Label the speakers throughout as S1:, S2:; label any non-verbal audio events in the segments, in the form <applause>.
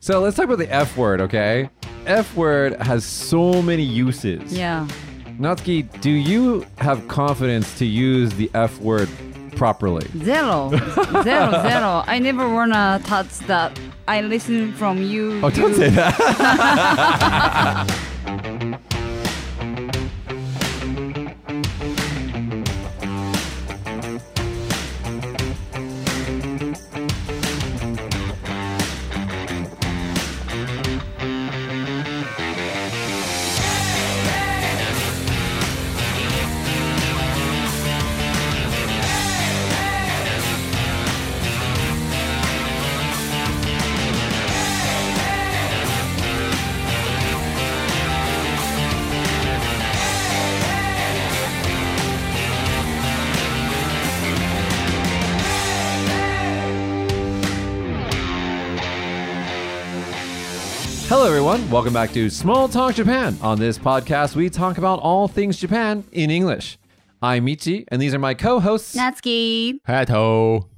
S1: So let's talk about the F word, okay? F word has so many uses.
S2: Yeah.
S1: Natsuki, do you have confidence to use the F word properly?
S2: Zero.
S1: <laughs>
S2: zero, zero. I never wanna touch that. I listen from you.
S1: Oh, don't
S2: you.
S1: say that. Hello, everyone. Welcome back to Small Talk Japan. On this podcast, we talk about all things Japan in English. I'm Michi, and these are my co hosts.
S2: Natsuki.
S3: Hato.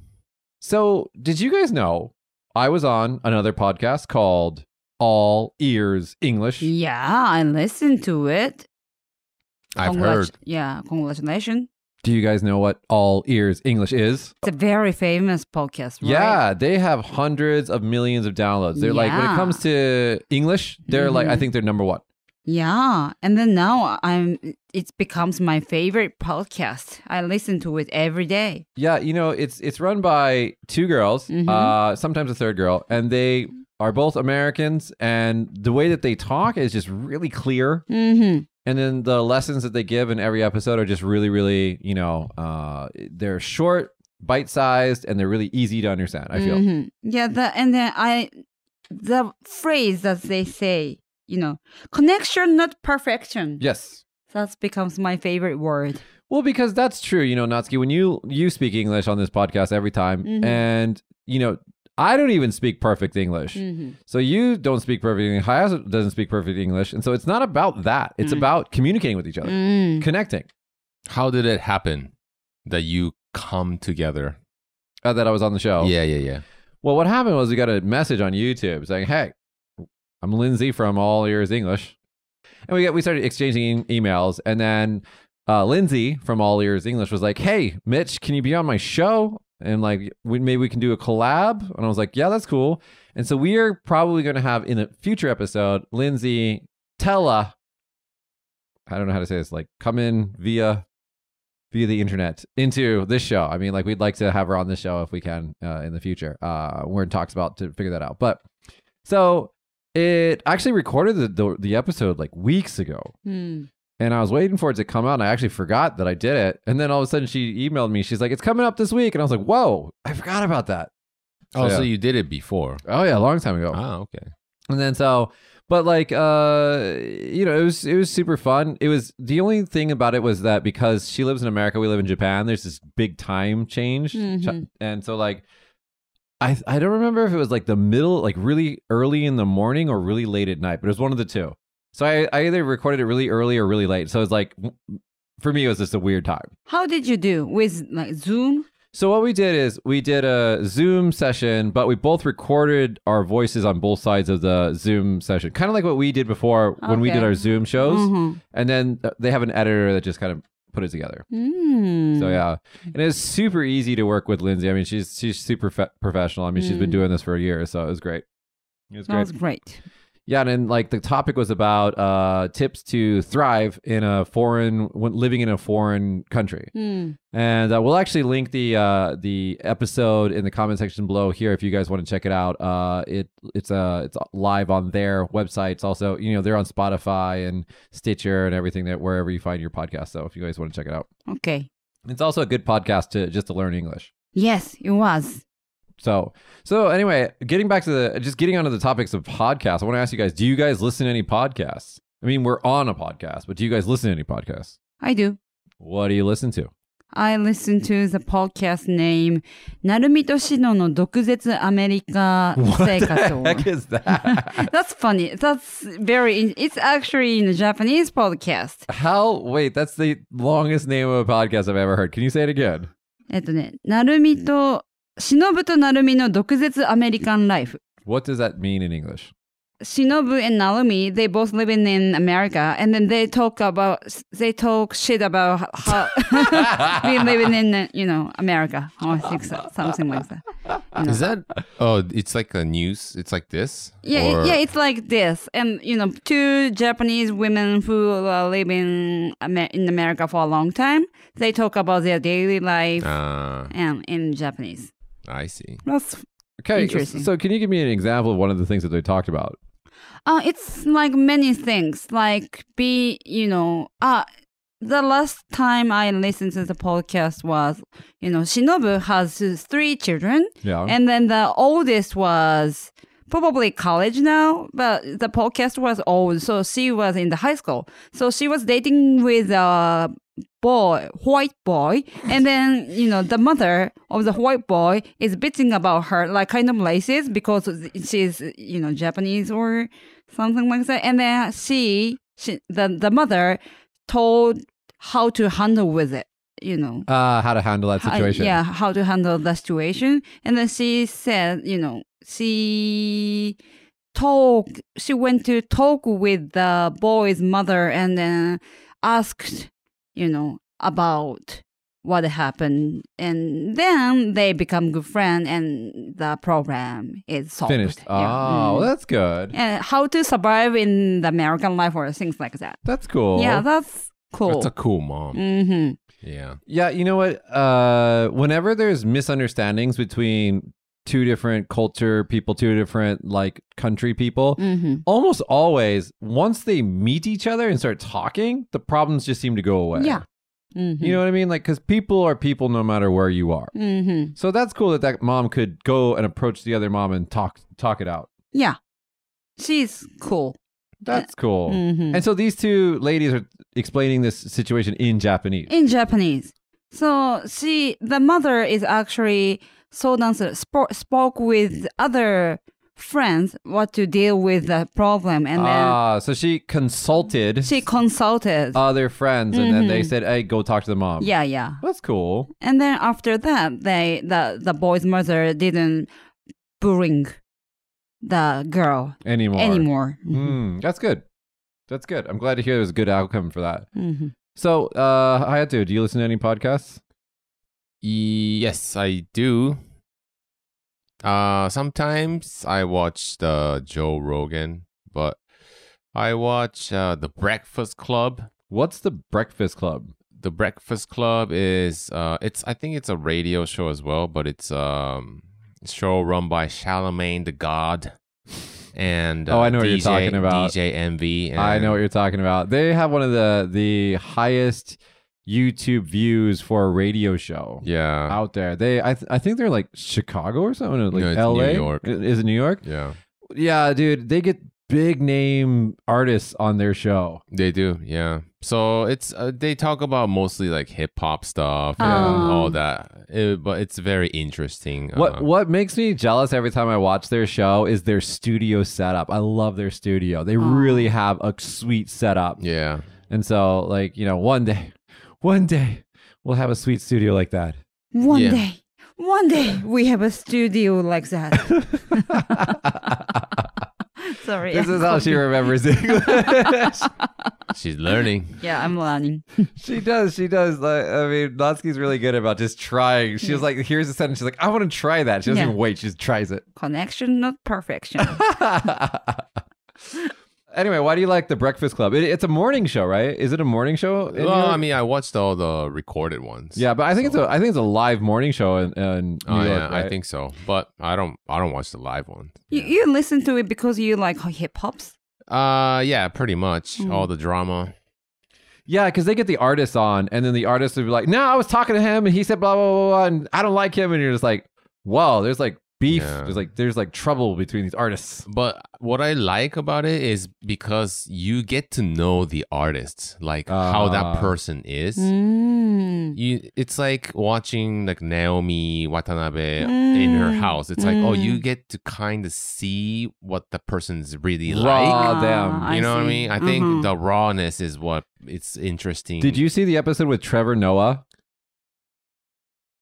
S1: So, did you guys know I was on another podcast called All Ears English?
S2: Yeah, I listen to it.
S3: I've
S2: Congrat-
S3: heard.
S2: Yeah, congratulations.
S1: Do you guys know what All Ears English is?
S2: It's a very famous podcast, right?
S1: Yeah, they have hundreds of millions of downloads. They're like, when it
S2: Yeah.
S1: comes to English, they're like, I
S2: Mhm.
S1: think they're number one.
S2: Yeah, and then now I'm. It becomes my favorite podcast. I listen to it every day.
S1: Yeah, you know, it's it's run by two girls,
S2: Mhm.
S1: uh, sometimes a third girl, and they are both Americans. And the way that they talk is just really clear,
S2: Mm-hmm.
S1: and then the lessons that they give in every episode are just really, really, you know, uh, they're short, bite sized, and they're really easy to understand. I feel.
S2: Mhm. Yeah, the, and then I, the phrase that they say, you know, connection, not perfection.
S1: Yes.
S2: That becomes my favorite word.
S1: Well, because that's true, you know, Natsuki. When you you speak English on this podcast every time,
S2: Mhm.
S1: and you know, I don't even speak perfect English.
S2: Mm-hmm.
S1: So you don't speak perfect English. Hayato doesn't speak perfect English. And so it's not about that. It's about communicating with each other,
S2: Mm.
S1: connecting.
S3: How did it happen that you come together? Oh.
S1: Uh, that I was on the show.
S3: Yeah, yeah, yeah.
S1: Well, what happened was we got a message on YouTube saying, "Hey, I'm Lindsay from All Ears English," and we got we started exchanging e- emails, and then uh, Lindsay from All Ears English was like, "Hey, Mitch, can you be on my show?" And like, we, maybe we can do a collab. And I was like, "Yeah, that's cool." And so we are probably going to have in a future episode Lindsay Tella. I don't know how to say this. Like, come in via via the internet into this show. I mean, like we'd like to have her on this show if we can uh, in the future. Uh, we're in talks about to figure that out. But so it actually recorded the, the the episode like weeks ago,
S2: Mm-hmm.
S1: and I was waiting for it to come out. And I actually forgot that I did it, and then all of a sudden she emailed me. She's like, "It's coming up this week," and I was like, "Whoa, I forgot about that."
S3: Oh,
S1: Yeah.
S3: so you did it before.
S1: Oh yeah, a long time ago.
S3: Ah, okay.
S1: And then so, but like, uh, you know, it was it was super fun. It was the only thing about it was that because she lives in America, we live in Japan. There's this big time change, Ch-
S2: Mhm.
S1: and so like, I I don't remember if it was like the middle, like really early in the morning or really late at night, but it was one of the two. So I I either recorded it really early or really late. So it's like, for me, it was just a weird time.
S2: How did you do with like Zoom?
S1: So what we did is we did a Zoom session, but we both recorded our voices on both sides of the Zoom session, kind of like what we did before when we
S2: Okay.
S1: did our Zoom shows,
S2: Mhm.
S1: and then uh, they have an editor that just kind of put it together.
S2: Mm.
S1: So yeah, and it's super easy to work with Lindsay. I mean, she's she's super fe- professional. I mean, she's been
S2: Mm.
S1: doing this for a year, so it was great. It was great.
S2: Sounds great.
S1: Yeah, and then, like the topic was about uh, tips to thrive in a foreign, when living in a foreign country.
S2: Mm.
S1: And uh, we'll actually link the uh, the episode in the comment section below here if you guys want to check it out. Uh, it it's uh, it's live on their website. It's also you know they're on Spotify and Stitcher and everything that wherever you find your podcast. So if you guys want to check it out,
S2: Okay.
S1: it's also a good podcast to just to learn English.
S2: Yes, it was.
S1: So so anyway, getting back to the just getting onto the topics of podcasts, I want to ask you guys: Do you guys listen to any podcasts? I mean, we're on a podcast, but do you guys listen to any podcasts?
S2: I do.
S1: What do you listen to?
S2: I listen to the podcast name 成海俊のの毒舌アメリカ
S1: What
S2: 生活
S1: the
S2: を。
S1: heck is that?
S2: <laughs> That's funny. That's very. in- It's actually in a Japanese podcast.
S1: How? Wait, that's the longest name of a podcast I've ever heard. Can you say it again?
S2: えっとね、成海と忍と成海の毒舌アメリカンライフ。
S1: What does that mean in English?
S2: Shinobu and Naomi, they both living in America, and then they talk about they talk shit about how <laughs> we living in you know America. Oh, I think so, something like that. you know.
S3: Is that? Oh, it's like a news. It's like this.
S2: Yeah, it-
S3: Or-
S2: yeah, it's like this, and you know, two Japanese women who are living Amer- in America for a long time, they talk about their daily life
S3: Ah,
S2: and in Japanese.
S3: I see.
S2: That's
S1: Okay,
S2: Interesting.
S1: so can you give me an example of one of the things that they talked about?
S2: uh, it's like many things, like be you know, uh the last time I listened to the podcast was, you know, Shinobu has three children,
S1: Yeah,
S2: and then the oldest was probably college now, but the podcast was old, so she was in the high school. So she was dating with a boy, white boy, and then you know the mother of the white boy is bitching about her, like kind of racist because she's you know Japanese or something like that. And then she, she the the mother, told how to handle with it, you know
S1: uh, how to handle that
S2: how-
S1: situation?
S2: yeah, how to handle the situation. And then she said, you know, she talk she went to talk with the boy's mother and then asked, you know, about what happened and then they become good friend and the problem is solved.
S1: finished.
S2: Yeah.
S1: Oh, well,
S2: Mm.
S1: that's good.
S2: and how to survive in the American life or things like that.
S1: That's cool.
S2: Yeah, that's cool.
S3: That's a cool mom.
S2: mm-hmm.
S3: Yeah.
S1: Yeah, you know what? Uh, whenever there's misunderstandings between two different culture people, two different like country people,
S2: Mm-hmm.
S1: almost always once they meet each other and start talking, the problems just seem to go away.
S2: Yeah. Mm-hmm.
S1: You know what I mean? Like, because people are people no matter where you are.
S2: mm-hmm.
S1: So that's cool that that mom could go and approach the other mom and talk talk it out.
S2: Yeah. She's cool.
S1: That's cool.
S2: Mhm.
S1: And so these two ladies are explaining this situation in Japanese.
S2: In Japanese. So she the mother is actually so dancer spoke, spoke with other friends what to deal with the problem and then
S1: Ah, so she consulted
S2: she consulted.
S1: other friends, and then they
S2: Mhm.
S1: said, "Hey, go talk to the mom."
S2: yeah, yeah.
S1: that's cool.
S2: And then after that they the the boy's mother didn't bring the girl
S1: Anymore,
S2: anymore. Mm-hmm.
S1: Mm, that's good. That's good. I'm glad to hear there was a good outcome for that.
S2: Mhm.
S1: So, uh, Hayato, do you listen to any podcasts?
S3: Yes, I do. Uh sometimes I watch the Joe Rogan, but I watch uh, the Breakfast Club.
S1: What's the Breakfast Club?
S3: The Breakfast Club is uh it's I think it's a radio show as well, but it's um show run by Charlemagne the God and
S1: Oh, I know
S3: uh,
S1: what you're
S3: DJ
S1: talking about.
S3: DJ MV. And
S1: I know what you're talking about. They have one of the the highest YouTube views for a radio show
S3: Yeah.
S1: out there. They, I, th- I think they're like Chicago or something, or, like
S3: No, it's
S1: L.A.
S3: New York.
S1: I- Is it New York?
S3: Yeah.
S1: Yeah, dude, they get big name artists on their show.
S3: They do, yeah. So it's uh, they talk about mostly like hip hop stuff and
S2: Oh.
S3: all that, Uh, but it's very interesting.
S1: What
S3: uh,
S1: what makes me jealous every time I watch their show is their studio setup. I love their studio. They
S2: Aw.
S1: really have a sweet setup.
S3: Yeah,
S1: And so like, you know, one day, <laughs> one day we'll have a sweet studio like that.
S2: One
S3: Yeah.
S2: day. One
S1: <laughs>
S2: day we have a studio like that. Sorry.
S1: This
S2: I'm
S1: is how she remembers English.
S3: she's learning.
S2: Yeah, I'm learning.
S1: <laughs> she does, she does. Like, I mean, Natsuki's really good about just trying. She was like, here's a sentence. She's like, I want to try that. She doesn't
S2: Yeah.
S1: even wait. She just tries it.
S2: Connection, not
S1: <laughs>
S2: perfection.
S1: anyway, why do you like The Breakfast Club? It, it's a morning show, right? Is it a morning show? in New
S3: well, I
S1: York?
S3: mean, I watched all the recorded ones.
S1: Yeah, but I think it's a I think it's a live morning show in, in New
S3: Oh,
S1: York.
S3: yeah, I
S1: right?
S3: think so. But I don't, I don't watch the live one.
S2: you, you listen to it because you like hip hops.
S3: Uh, yeah, pretty much
S1: Hmm.
S2: Mm.
S3: all the drama.
S1: yeah, because they get the artists on, and then the artists would be like, "No, I was talking to him, and he said blah blah blah, blah and I don't like him," and you're just like, "Whoa, there's like beef,
S3: Yeah.
S1: there's like there's like trouble between these artists."
S3: But what I like about it is because you get to know the artists, like how
S1: Ah. Hmm.
S3: that person is.
S2: Mm.
S3: you it's like watching like Naomi Watanabe in her
S1: Hmm.
S2: Mm,
S3: house. It's like, oh,
S2: mm.
S3: you get to kind of see what the person's really
S1: Raw. Mm-hmm.
S3: like.
S1: Ah, damn.
S3: You know what I
S2: see.
S3: mean? I think
S2: Mhm.
S3: the rawness is what it's interesting.
S1: Did you see the episode with Trevor Noah?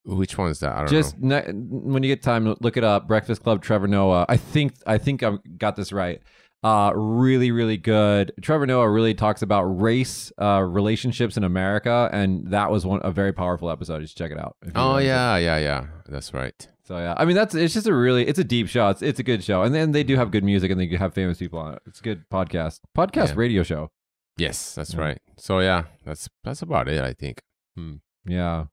S3: Which one is that? I don't
S1: Just
S3: know.
S1: ne- when you get time, look it up. Breakfast Club, Trevor Noah. I think I think I got this right. Uh, really, really good. Trevor Noah really talks about race uh, relationships in America, and that was one a very powerful episode. You should check it out. if you
S3: Oh
S1: haven't.
S3: yeah, yeah, yeah. That's right.
S1: So yeah, I mean that's it's just a really it's a deep show. It's, it's a good show, and then they do have good music, and they have famous people on it. It's a good podcast, podcast
S3: Yeah.
S1: radio show.
S3: Yes, that's
S1: Mm.
S3: right. So yeah, that's that's about it. I think.
S1: Yeah.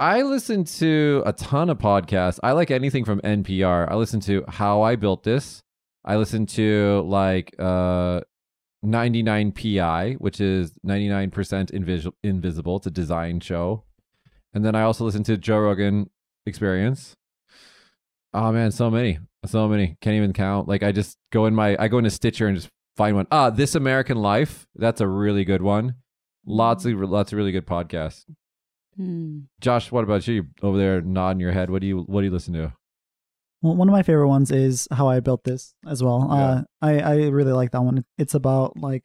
S1: I listen to a ton of podcasts. I like anything from NPR. I listen to How I Built This. I listen to like uh 99PI, which is 99% invis- invisible. It's a design show. And then I also listen to Joe Rogan Experience. Oh man, so many. So many. Can't even count. Like I just go in my I go into Stitcher and just find one. Ah, This American Life. That's a really good one. Lots of lots of really good podcasts.
S2: Hmm.
S1: Josh, what about you? You over there nodding your head? What do you what do you listen to?
S4: Well, one of my favorite ones is how I built this as well. Uh, I I really like that one. It's about like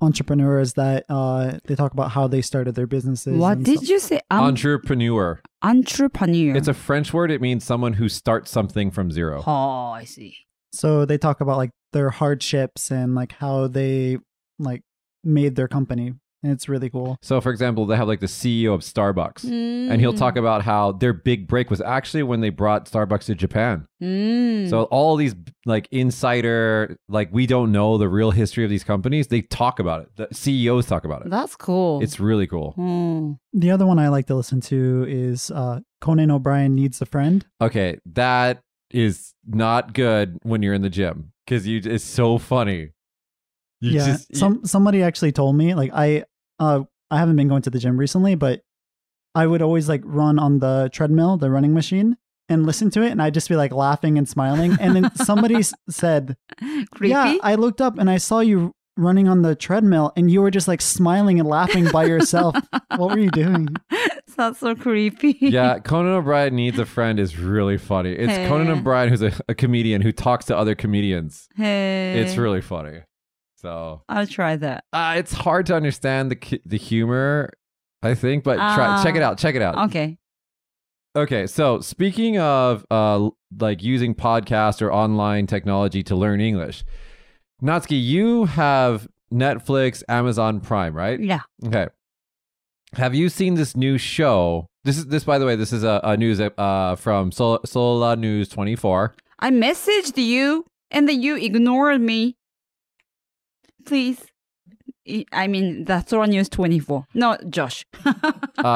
S4: entrepreneurs that uh they talk about how they started their businesses.
S2: What
S4: and
S2: did
S4: stuff.
S2: you say? Um,
S1: Entrepreneur.
S2: entrepreneur.
S1: It's a French word. It means someone who starts something from zero.
S2: oh, I see.
S4: So they talk about like their hardships and like how they like made their company, and it's really cool.
S1: So, for example, they have like the CEO of Starbucks, and he'll
S4: Mm.
S1: talk about how their big break was actually when they brought Starbucks to Japan.
S2: Mm.
S1: So all these like insider, like we don't know the real history of these companies. They talk about it. The CEOs talk about it.
S2: that's cool.
S1: It's really cool.
S2: Hmm.
S4: The other one I like to listen to is uh Conan O'Brien needs a friend.
S1: Okay, that is not good when you're in the gym because you. It's so funny. You
S4: yeah,
S1: just you-
S4: some somebody actually told me like I uh I haven't been going to the gym recently, but I would always like run on the treadmill, the running machine, and listen to it, and I'd just be like laughing and smiling. And then somebody
S1: <laughs>
S4: s- said,
S2: Creepy.
S4: "Yeah, I looked up and I saw you running on the treadmill, and you were just like smiling and laughing by
S1: <laughs>
S4: yourself.
S2: <laughs>
S4: what were you doing?"
S2: Sounds so creepy.
S1: yeah, Conan O'Brien needs a friend is really funny. It's Conan
S2: Hey.
S1: O'Brien who's a, a comedian who talks to other comedians.
S2: <laughs> Hey.
S1: It's really funny. So
S2: I'll try that.
S1: uh, it's hard to understand the ki- the humor, I think, but try,
S2: Ah.
S1: check it out. Check it out.
S2: Okay.
S1: Okay, so speaking of uh, like using podcast or online technology to learn English, Natsuki, you have Netflix, Amazon Prime, right?
S2: Yeah.
S1: Okay. Have you seen this new show? This is this, by the way, this is a, a news uh, from Sol- Sola News
S2: <laughs>
S1: 24.
S2: I messaged you and then you ignored me. Please. I- I mean, that's all news 24. No, Josh.
S1: Uh,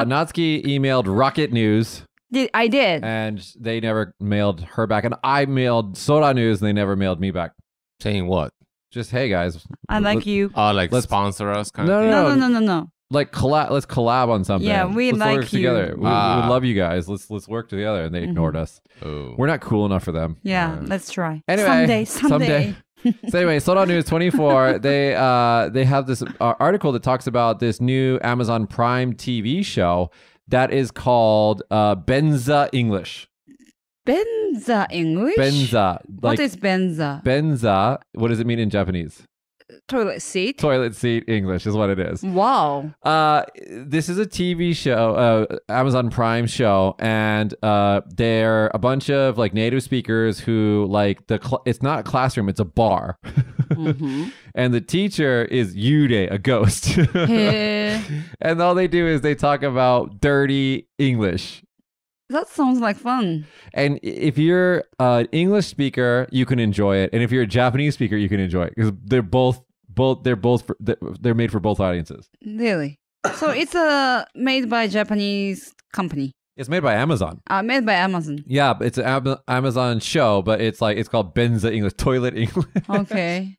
S1: Natsuki emailed Rocket News,
S2: Did, I did.
S1: and they never mailed her back. And I mailed Sola News, and they never mailed me back.
S3: Saying what?
S1: Just hey guys,
S2: I like you.
S3: Oh, like
S1: Let's-
S3: sponsor us kind
S1: No,
S3: of thing.
S2: No, no, no, no, no.
S1: like collab. Let's collab on something.
S2: Yeah, we
S1: let's
S2: like
S1: work
S2: you.
S1: together. We, we
S3: Ah.
S1: love you guys. Let's let's work together. And they
S2: Mhm.
S1: ignored us.
S3: Oh.
S1: We're not cool enough for them.
S2: Yeah,
S3: Uh,
S2: let's try.
S1: Anyway,
S2: someday, someday.
S1: so anyway, sold out news
S2: <laughs>
S1: 24. they uh they have this uh, article that talks about this new Amazon Prime TV show that is called uh Benza English.
S2: Benza English?
S1: Benza.
S2: what is Benza?
S1: Benza? What does it mean in Japanese?
S2: Toilet seat?
S1: Toilet seat English is what it
S2: Mm.
S1: is. <laughs>
S2: wow.
S1: Uh, this is a TV show, uh, Amazon Prime show, and uh, they're a bunch of like native speakers who like the. Cl- it's not a classroom; it's a bar, <laughs>
S2: Mhm.
S1: and the teacher is Yude, a ghost, <laughs>
S2: Hey.
S1: and all they do is they talk about dirty English.
S2: That sounds like fun.
S1: And if you're an English speaker, you can enjoy it, and if you're a Japanese speaker, you can enjoy it because they're both both they're both for, they're made for both audiences.
S2: Really? So it's a made by Japanese company.
S1: It's made by Amazon.
S2: Uh, made by Amazon.
S1: Yeah, but it's an Am- Amazon show, but it's like it's called Benza English Toilet English.
S2: <laughs> Okay.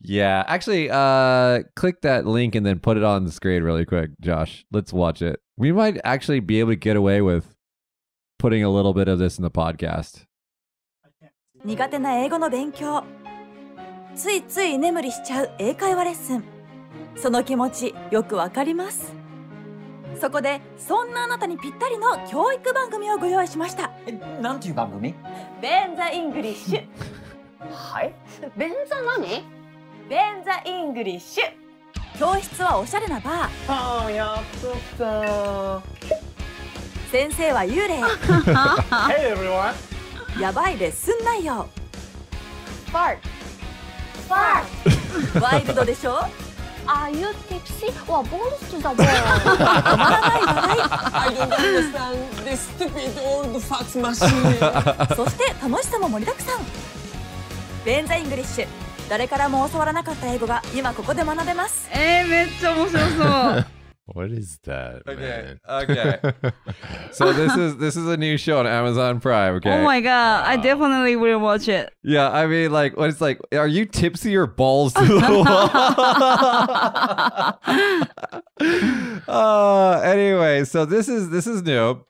S1: yeah, actually, uh, click that link and then put it on the screen really quick, Josh. Let's watch it. We might actually be able to get away with putting a little bit of this in the podcast.
S5: 苦手な英語の勉強ついつい居眠りしちゃう英会話レッスンその気持ちよくわかりますそこでそんなあなたにぴったりの教育番組をご用意しました
S6: えなんていう番組
S5: ベンザイングリッシュ
S6: はい
S7: 便座何
S5: ベンザイングリッシュ教室はおしゃれなバー
S6: ああやっとった
S5: 先生は幽霊
S6: <laughs> Hey everyone!
S5: やばいレッスン内容
S7: Fart. Fart.
S5: ワイルドでしょ
S7: Are you tipsy or balls to the
S5: 止まら
S7: wall?
S5: ない笑い
S8: I don't understand this stupid old fax machine.
S5: <laughs> そして楽しさも盛りだくさんベンザイングリッシュ誰からも教わらなかった英語が今ここで学べます
S2: えー、めっちゃ面白そう。
S3: What is that?
S1: Okay,
S3: man?
S1: okay. so this is this is a new show on Amazon Prime. Okay.
S2: Oh my god, I definitely will watch it.
S1: yeah, I mean, like, what it's like? Are you tipsy or balls to the wall? <laughs> uh, anyway, so this is this is new,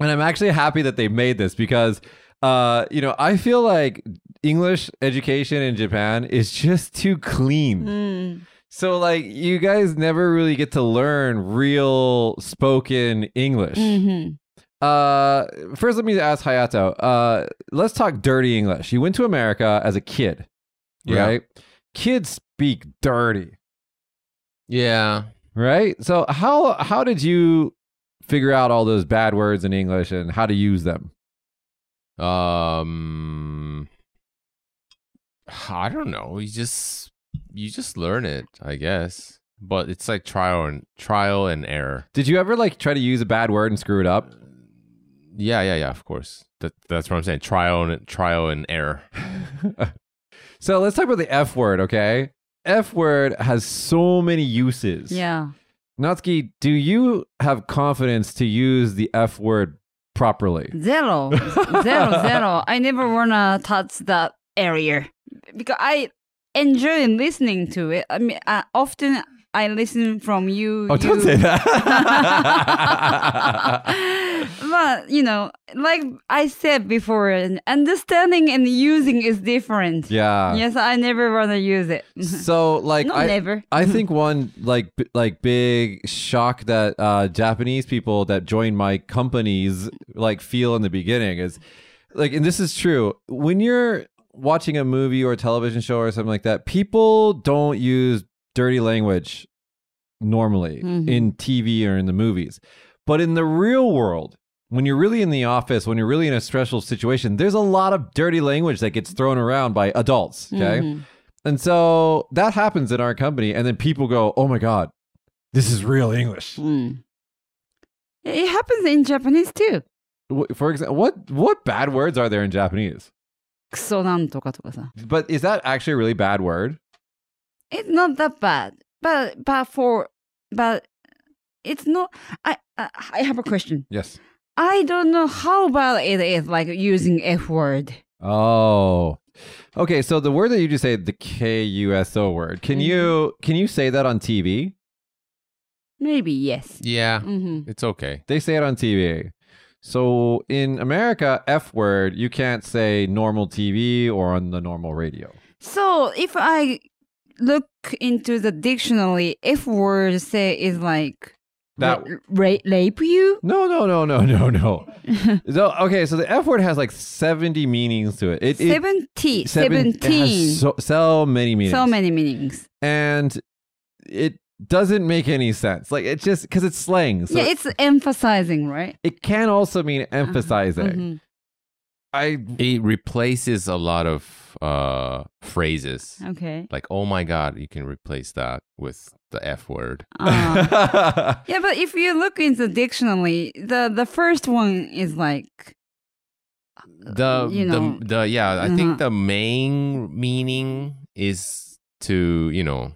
S1: and I'm actually happy that they made this because, uh, you know, I feel like English education in Japan is just too clean.
S2: うん。
S1: So like you guys never really get to learn real spoken
S2: うんう
S1: English.
S2: ん。
S1: Uh first let me ask Hayato. Uh let's talk dirty English. You went to America as a kid,
S3: Yeah.
S1: right? Kids speak dirty,
S3: Yeah.
S1: right? So how how did you figure out all those bad words in English and how to use them?
S3: Um, I don't know. You just you just learn it, I guess. But it's like trial and trial and error.
S1: Did you ever like try to use a bad word and screw it up?
S3: Yeah, yeah, yeah. Of course. That that's what I'm saying. Trial and trial and error.
S1: <laughs> so let's talk about the F word, okay? F word has so many uses.
S2: Yeah.
S1: Natsuki, do you have confidence to use the F word properly?
S2: Zero. zero, <laughs> zero. I never wanna touch that area because I enjoy listening to it. I mean, I, often I listen from you.
S1: Oh, don't say
S2: you-
S1: that.
S2: <laughs>
S1: <laughs>
S2: but you know, like I said before, an understanding and using is different.
S1: yeah.
S2: Yes, I never wanna use it.
S1: So, like,
S2: Not
S1: I,
S2: never.
S1: I think one like b- like big shock that uh, Japanese people that join my companies like feel in the beginning is like, and this is true when you're watching a movie or a television show or something like that. People don't use dirty language normally
S2: Mhm.
S1: in TV or in the movies, but in the real world. When you're really in the office, when you're really in a stressful situation, there's a lot of dirty language that gets thrown around by adults. Okay.
S2: Mhm.
S1: And so that happens in our company. And then people go, oh my God, this is real English.
S2: Mm. It happens in Japanese too.
S1: W- For example, what, what bad words are there in Japanese?
S2: クソなんとかとかさ。
S1: But is that actually a really bad word?
S2: It's not that bad, but but for but it's not. I I I have a question.
S1: Yes.
S2: I don't know how bad it is, like using F word.
S1: Oh. Okay. So the word that you just say, the K U S O word, can you can you say that on TV?
S2: Maybe yes.
S3: Yeah,
S1: Mm-hmm.
S2: hmm
S3: it's okay.
S1: They say it on TV. So in America, F word, you can't say normal TV or on the normal radio.
S2: So if I look into the dictionary, F word say is like
S1: That
S2: ra- rape you.
S1: No, no, no, no, no,
S2: <laughs>
S1: no. so, okay, so the F word has like 70 meanings to it. It, it-
S2: Seventy,
S1: seven- it
S2: seventeen.
S1: has so, so many meanings.
S2: so many meanings.
S1: And it doesn't make any sense. Like, it just, because it's slang. So
S2: yeah, it's Uh-huh. emphasizing, right?
S1: it can also mean emphasizing.
S2: Mhm.
S1: I,
S3: It replaces a lot of uh phrases.
S2: Mm-hmm. Okay.
S3: Like, oh my god, you can replace that with the F word.
S2: Uh,
S1: <laughs>
S2: Yeah, but if you look in the dictionary, the the first one is like uh,
S3: The
S2: You know.
S3: the the yeah, I
S2: Mhm.
S3: think the main meaning is to, you know,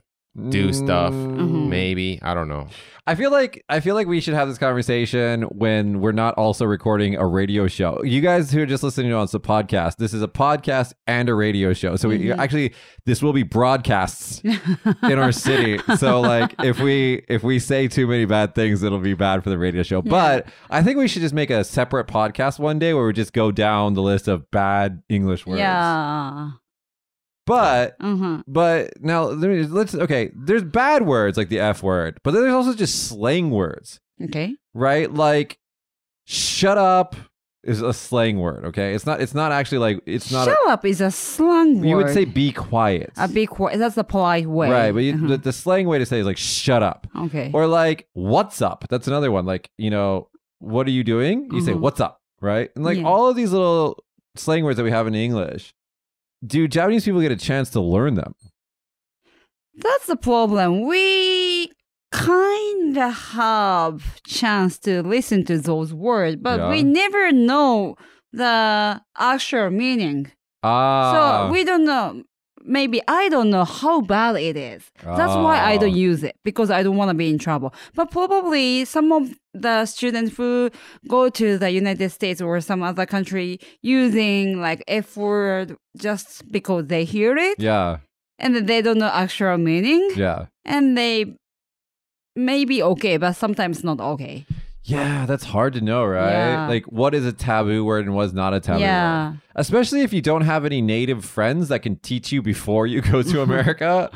S3: do stuff.
S2: Mm-hmm.
S1: Mm,
S3: Maybe I don't know.
S1: I feel like I feel like we should have this conversation when we're not also recording a radio show. You guys who are just listening on the podcast, this is a podcast and a radio show. So we
S2: Mhm.
S1: actually this will be broadcasts
S2: <laughs>
S1: in our city. So like if we if we say too many bad things, it'll be bad for the radio show. But I think we should just make a separate podcast one day where we just go down the list of bad English words.
S2: yeah.
S1: But
S2: Uh-huh.
S1: but now let me, let's okay. There's bad words like the F word, but then there's also just slang words
S2: Okay.
S1: right? Like, shut up is a slang word. Okay, it's not. It's not actually like it's not.
S2: Shut up is a
S1: a,
S2: slang word.
S1: you would say be quiet.
S2: a big word. That's the polite way.
S1: right? But you,
S2: Uh-huh.
S1: the, the slang way to say is like shut up
S2: okay.
S1: or like what's up. That's another one. Like you know what are you doing? You say,
S2: Mhm.
S1: what's up? Right? And like
S2: Yeah.
S1: all of these little slang words that we have in English, do Japanese people get a chance to learn them?
S2: That's the problem. We kind of have chance to listen to those words, but
S1: Yeah.
S2: we never know the actual meaning.
S1: Ah.
S2: so we don't know. Maybe I don't know how bad it is. That's why I
S1: Ah.
S2: don't use it because I don't want to be in trouble. But probably some of the students who go to the United States or some other country using like F word just because they hear it
S1: Yeah.
S2: and they don't know actual meaning
S1: Yeah.
S2: and they may be okay, but sometimes not okay.
S1: Yeah, that's hard to know, right?
S2: Yeah.
S1: Like what is a taboo word and what's not a taboo word?
S2: yeah,
S1: Especially if you don't have any native friends that can teach you before you go to America.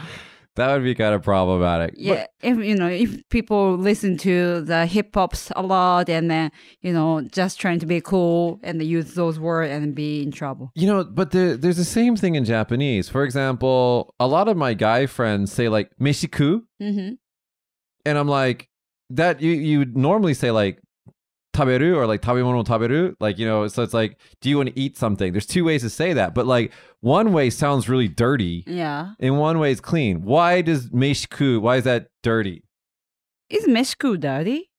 S1: that would be kind of problematic. But-
S2: yeah. if you know, if people listen to the hip hops a lot and then you know just trying to be cool and they use those words and be in trouble.
S1: You know, but there, there's the same thing in Japanese. For example, a lot of my guy friends say like "meshiku,"
S2: Mm-hmm.
S1: and I'm like, that you you would normally say like "taberu" or like "tabemono taberu," like you know. So it's like, do you want to eat something? There's two ways to say that, but like one way sounds really dirty,
S2: Yeah,
S1: and one way is clean. Why does "meshiku"? Why is that dirty?
S2: is Meshku dirty?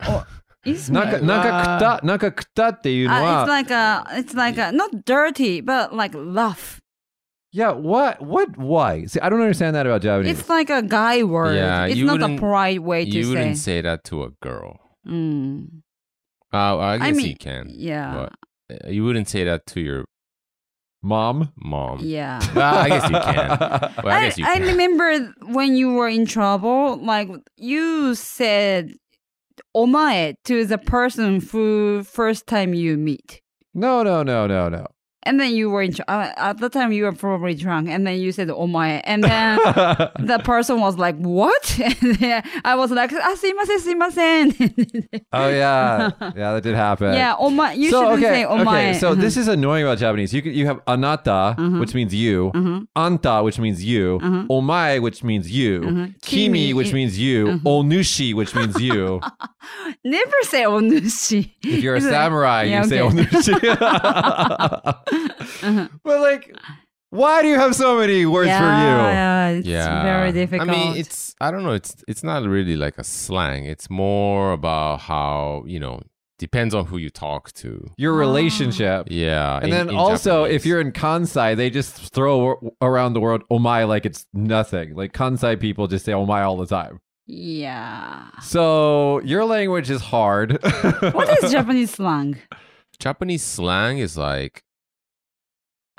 S2: <laughs> Or is
S1: Naka
S2: me-
S1: naka kuta naka kuta you
S2: Uh, it's like a, it's like a, not dirty, but like rough.
S1: yeah. What what why? See, I don't understand that about Japanese.
S2: It's like a guy word.
S3: Yeah,
S2: it's
S3: you
S2: not a
S3: wouldn't-
S2: polite way to
S3: you
S2: say.
S3: wouldn't say that to a girl.
S2: Mm.
S3: Uh, I guess
S2: I mean,
S3: you can.
S2: yeah.
S3: But uh, you wouldn't say that to your
S2: <laughs>
S1: Mom.
S3: mom.
S2: Yeah.
S3: Well, I guess you
S2: <laughs>
S3: can. Well, I,
S2: I,
S3: guess you
S2: I
S3: can.
S2: remember when you were in trouble, like you said omae to the person who first time you meet.
S1: <laughs> No no no no no.
S2: And then you were in tr- uh, at the time you were probably drunk and then you said omae and then
S1: <laughs> Oh,
S2: the person was like what? <laughs> And then I was like ah sumimasen <laughs> sumimasen.
S1: Oh
S2: <laughs>
S1: yeah, yeah, that did happen.
S2: yeah, omae you
S1: so
S2: shouldn't
S1: okay,
S2: say "Oh omae.
S1: okay.
S2: <laughs>
S1: So this is annoying about Japanese. You can, you have anata,
S2: Mhm.
S1: which means you,
S2: Mhm.
S1: anta, which means you,
S2: Mhm.
S1: omai, which means you,
S2: Mhm.
S1: kimi,
S2: Kimi,
S1: which
S2: it- Mm-hmm.
S1: means you, onushi, which means
S2: <laughs>
S1: you.
S2: never say onushi.
S1: if you're a
S2: <laughs> It's like-
S1: samurai,
S2: yeah,
S1: you say
S2: okay. <laughs> Uh-huh.
S1: onushi. <laughs> but like, why do you have so many words for you?
S2: yeah, It's
S3: yeah.
S2: very difficult.
S3: I mean, it's I don't know. It's it's not really like a slang. It's more about how you know depends on who you talk to.
S2: Oh.
S1: Your relationship.
S3: Yeah,
S1: And
S3: in-
S1: then
S3: in
S1: also,
S3: Japanese.
S1: if you're in Kansai, they just throw a- around the word "omai" like it's nothing. Like Kansai people just say "omai" all the time.
S2: yeah.
S1: So your language is hard. <laughs>
S2: What is Japanese slang?
S3: Japanese slang is like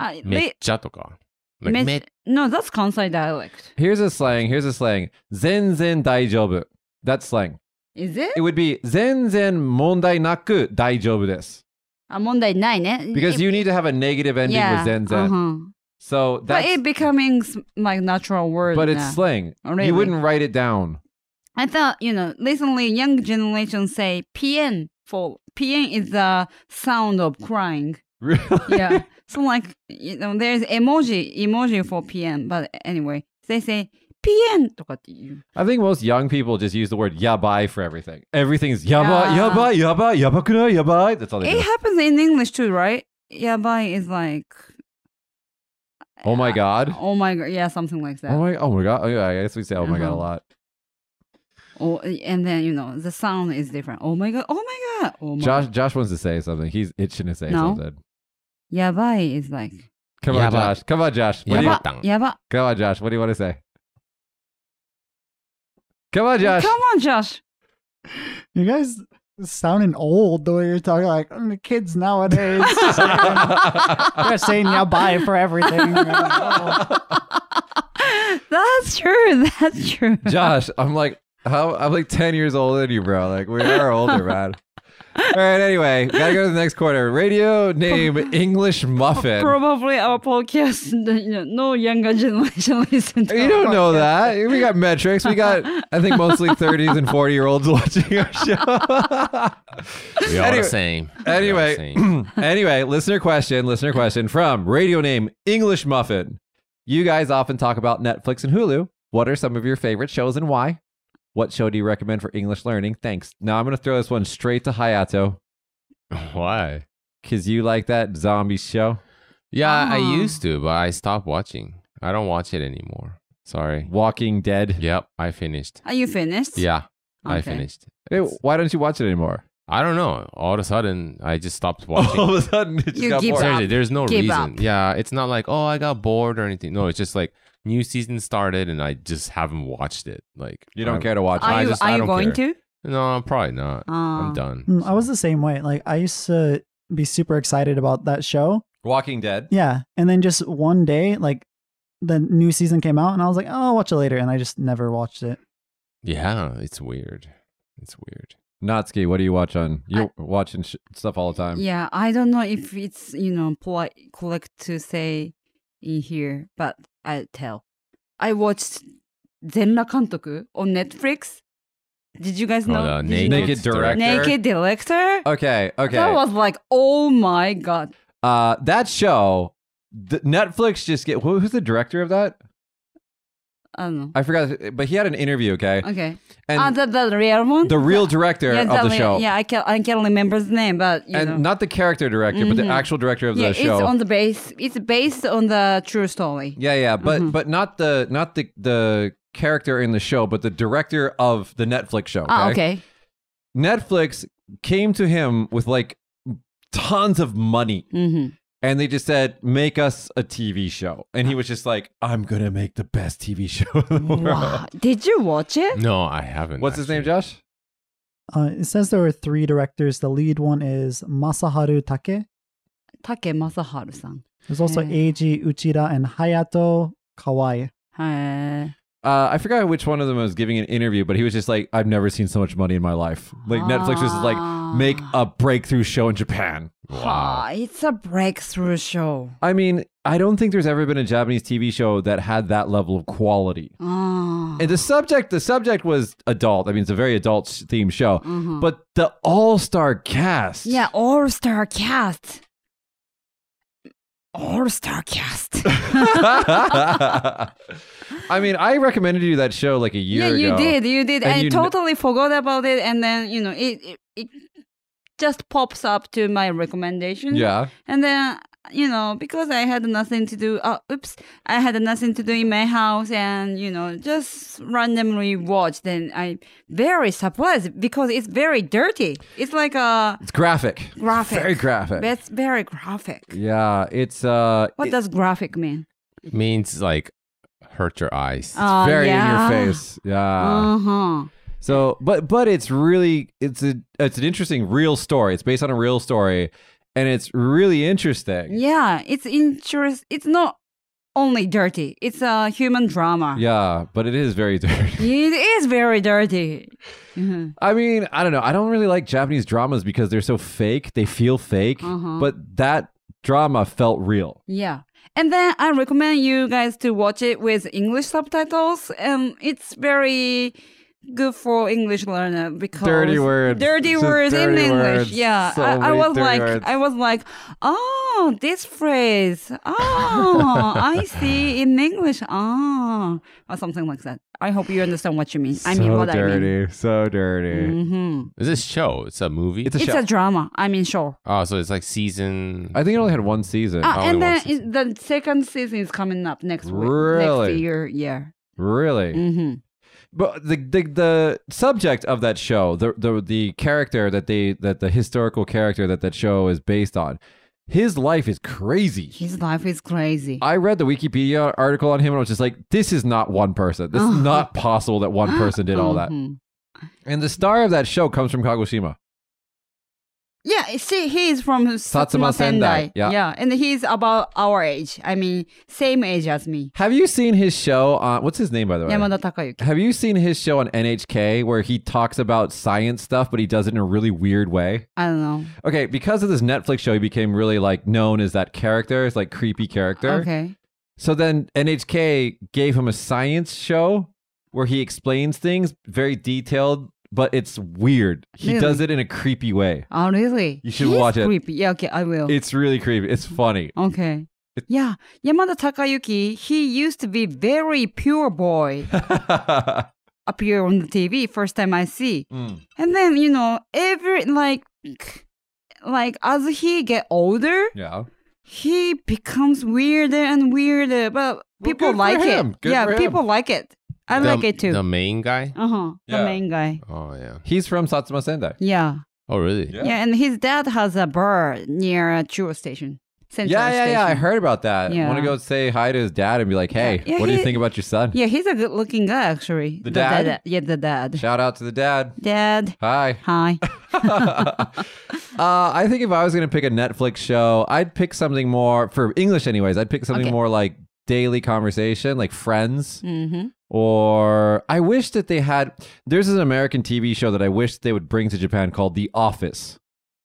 S2: Uh,
S3: mecha
S2: they-
S3: Like
S2: me-
S3: me-
S2: no, that's Kansai dialect.
S1: Here's a slang. Here's a slang. Zen zen daijobu. That's slang.
S2: Is it?
S1: It would be zen zen mondai naku daijobu desu.
S2: Ah, Monday nine, eh?
S1: Because you need to have a negative ending with zen zen.
S2: uh-huh.
S1: So
S2: But
S1: that's
S2: it becoming s- like natural word.
S1: but it's
S2: now.
S1: slang.
S2: Oh, really?
S1: You wouldn't write it down.
S2: I thought you know recently young generation say PN for PN is the sound of crying.
S1: Really? <laughs>
S2: Yeah. so like you know there's emoji emoji for PN, but anyway they say PN とかって言う。
S1: I think most young people just use the word yabai for everything. Everything's yabai,
S2: Yeah.
S1: yabai, yabai, yabakunai, yabai. That's all they
S2: It
S1: do.
S2: happens in English too, right? Yabai is like
S1: Oh my god.
S2: oh my god, yeah, something like that.
S1: Oh my, oh my god. Oh yeah, I guess we say oh my god a
S2: Uh-huh.
S1: lot.
S2: Oh, and then you know the sound is different. Oh my god! Oh my god! Oh my.
S1: Josh, Josh wants to say something. He's itching to say
S2: No.
S1: something.
S2: Yabai is like
S1: Come on,
S3: Yabai.
S1: Josh. Come on, Josh. What do you,
S3: Yabai.
S2: yaba
S3: Yabatang.
S2: yaba.
S1: come on, Josh. What do you want to say? Come on, Josh.
S2: Come on, Josh. <gasps>
S4: You guys sounding old the way you're talking. Like "Mm, the
S1: <laughs>
S4: kids nowadays, just saying- they're saying "yeah, bye" for everything.
S2: That's true. <laughs> That's true.
S1: Josh, I'm like, how, I'm like 10 years older than you, bro. Like, we are older, man. All right, anyway, gotta go to the next corner. Radio name English Muffin.
S2: Probably our podcast. <laughs> You know, no younger generation <laughs> listen to.
S1: You
S2: our
S1: don't know
S2: podcast.
S1: that. We got metrics. We got, I think, mostly 30s and 40 year olds <laughs> watching our show.
S3: we are
S1: Anyway-
S3: the same. We are the same.
S1: Anyway,
S3: <laughs>
S1: <clears throat> anyway, listener question, listener question from radio name English Muffin. You guys often talk about Netflix and Hulu. What are some of your favorite shows and why? What show do you recommend for English learning? Thanks. Now I'm going to throw this one straight to Hayato
S3: Why?
S1: because you like that zombie show.
S3: Yeah, I
S2: Ah.
S3: used to, but I stopped watching. I don't watch it anymore. Sorry.
S1: Walking Dead.
S3: Yep, I finished.
S2: <laughs> Are you finished?
S3: Yeah, I
S2: Okay.
S3: finished.
S1: Hey, why don't you watch it anymore?
S3: I don't know. All of a sudden, I just stopped
S1: <laughs>
S3: watching.
S1: All of a sudden, it just
S2: You
S1: got
S2: give
S1: bored.
S2: up.
S3: Seriously, there's no
S2: Give
S3: reason.
S2: up.
S3: Yeah, it's not like oh I got bored or anything. No, it's just like new season started and I just haven't watched it. Like
S1: You don't
S3: I'm-
S1: care to watch
S2: Are
S3: I
S2: you
S3: just- I
S2: are you
S3: don't
S2: going
S3: care.
S2: to?
S3: No, probably not.
S2: Ah.
S3: I'm done.
S4: Mm, I was the same way. Like I used to be super excited about that show.
S1: Walking Dead.
S4: Yeah. And then just one day, like the new season came out and I was like, oh, I'll watch it later. And I just never watched it.
S3: Yeah, it's weird. It's weird.
S1: Natsuki, what do you watch on? You're watching sh- stuff all the time.
S2: Yeah, I don't know if it's you know polite correct to say in here, but I'll tell. I watched Zenra Kantoku on Netflix. Did you guys
S3: Oh,
S2: know?
S3: the
S2: Did you know?
S1: Naked Director.
S2: Naked director.
S1: Okay. Okay.
S2: That was like, oh my god,
S1: uh, that show, th- Netflix just get who, who's the director of that?
S2: I don't know.
S1: I forgot, but he had an interview. Okay,
S2: Okay,
S1: and
S2: ah, the, the real one,
S1: the real director
S2: yeah,
S1: of
S2: the
S1: the
S2: real-
S1: show,
S2: Yeah, I can I can't remember his name, but you
S1: and
S2: know,
S1: not the character director, but the
S2: Mhm.
S1: actual director of
S2: yeah,
S1: the
S2: it's
S1: show.
S2: on the base. It's based on the true story.
S1: yeah, yeah, but
S2: Mhm.
S1: but not the not the the character in the show, but the director of the Netflix show.
S2: Ah, okay.
S1: Netflix came to him with like tons of money
S2: Mm-hmm.
S1: <laughs> and they just said make us a tv show and
S2: Ah.
S1: he was just like i'm gonna make the best tv show in the world
S2: Wow. Did you watch it?
S3: No, I haven't.
S1: what's his name
S3: actually.
S1: josh
S4: Uh, it says there were three directors. The lead one is Masaharu Take.
S2: Take Masaharu さん。
S4: There's also
S2: Hmm.
S4: Eiji Uchida and Hayato Kawai.
S2: へえ。
S1: uh, I forgot which one of them was giving an interview, but he was just like, "I've never seen so much money in my life." Like Netflix was
S2: Ah.
S1: like, "Make a breakthrough show in Japan."
S3: Wow.
S2: Ah, it's a breakthrough show.
S1: I mean, I don't think there's ever been a Japanese TV show that had that level of quality.
S2: Ah.
S1: And the subject, the subject was adult. I mean, it's a very adult themed show,
S2: Mhm.
S1: but the all star cast.
S2: Yeah, <laughs> all star cast. All star
S1: <laughs>
S2: cast.
S1: <laughs> I mean, I recommended you that show like a year
S2: yeah,
S1: ago.
S2: you did, you did.
S1: And
S2: I
S1: you kn-
S2: totally forgot about it, and then you know it, it it just pops up to my recommendation.
S1: Yeah.
S2: and then you know because I had nothing to do. Oh, oops, I had nothing to do in my house, and you know just randomly watched. And I very surprised because it's very dirty. It's like a
S1: It's graphic.
S2: Graphic.
S1: Very graphic.
S2: it's very graphic.
S1: yeah, it's uh
S2: What
S1: it-
S2: does graphic mean?
S3: Means like hurt your eyes.
S2: Uh,
S1: very
S2: yeah.
S1: in your face. Ah. Yeah.
S2: Uh huh.
S1: So, but but it's really it's a it's an interesting real story. It's based on a real story, and it's really interesting.
S2: Yeah, it's interest. It's not only dirty. It's a human drama.
S1: Yeah, but it is very <laughs> dirty.
S2: It is very
S1: <laughs>
S2: dirty. Mhm.
S1: I mean, I don't know. I don't really like Japanese dramas because they're so fake. They feel fake,
S2: Uh-huh.
S1: but that drama felt real.
S2: Yeah. And then I recommend you guys to watch it with English subtitles. Um, it's very good for English learner because
S1: Dirty words.
S2: dirty
S1: Just
S2: words in
S1: dirty
S2: English.
S1: words.
S2: Yeah,
S1: So
S2: I, I
S1: many
S2: was
S1: dirty
S2: like,
S1: words.
S2: I was like, oh, this phrase. Oh, I see in English. Oh, or something like that. I hope you understand what you mean. I mean
S1: so
S2: what
S1: dirty, so
S2: I
S1: dirty.
S2: mean. hmm
S3: Is this show? It's a movie.
S1: It's a
S2: It's
S1: show.
S2: a drama. I mean, sure.
S3: oh, so it's like season.
S1: I think it only had one season.
S2: Ah,
S3: only
S2: and
S3: one
S2: then it, the second season is coming up next week,
S1: Really?
S2: next year. Yeah.
S1: really?
S2: Mm-hmm.
S1: But the, the the subject of that show, the the the character that they that the historical character that that show is based on, his life is crazy.
S2: His life is crazy.
S1: I read the Wikipedia article on him and I was just like, this is not one person. This is not possible that one person did all that.
S2: Mhm.
S1: And the star of that show comes from Kagoshima.
S2: Yeah, see, he is from
S1: Satsuma
S2: Satsuma
S1: Sendai,
S2: Sendai.
S1: yeah.
S2: yeah, and he's about our age. I mean, same age as me.
S1: Have you seen his show on what's his name by the way?
S2: Yamada Takayuki.
S1: Have you seen his show on NHK where he talks about science stuff but he does it in a really weird way?
S2: I don't know.
S1: Okay, because of this Netflix show, he became really like known as that character, it's like creepy character.
S2: Okay.
S1: So then NHK gave him a science show where he explains things very detailed, but it's weird. He
S2: Really?
S1: does it in a creepy way.
S2: Oh, really?
S1: You should
S2: He's
S1: watch it.
S2: creepy. Yeah, okay, I will.
S1: It's really creepy. It's funny. <laughs>
S2: okay. Yeah,
S1: Hmm,
S2: Yamada Takayuki, he used to be very pure boy. appear on the TV first time I see.
S1: Mm.
S2: And then, you know, every like like as he get older,
S1: Yeah.
S2: he becomes weirder and weirder, but people
S1: good for
S2: like
S1: him.
S2: it.
S1: Good
S2: yeah,
S1: for him.
S2: people like it. I
S3: The-
S2: like it too.
S3: The main guy.
S2: uh-huh.
S1: Yeah.
S2: The main guy.
S3: Oh yeah.
S1: He's from Satsuma Sendai.
S2: Yeah.
S3: Oh really?
S1: Yeah.
S2: yeah. and his dad has a bar near a Chuo station. Central
S1: Yeah, yeah,
S2: station.
S1: yeah. I heard about that. I want to
S2: Yeah.
S1: go say hi to his dad and be like, hey,
S2: Yeah,
S1: what do you
S2: he-
S1: think about your son?
S2: Yeah, he's a good looking guy actually.
S1: The dad?
S2: yeah, the dad.
S1: Shout out to the dad.
S2: Dad.
S1: Hi. <laughs>
S2: Hi.
S1: uh, I think if I was going to pick a Netflix show, I'd pick something more for English, anyways. I'd pick something
S2: Okay.
S1: more like daily conversation, like Friends,
S2: mm-hmm.
S1: or I wish that they had. There's an American TV show that I wish they would bring to Japan called The Office.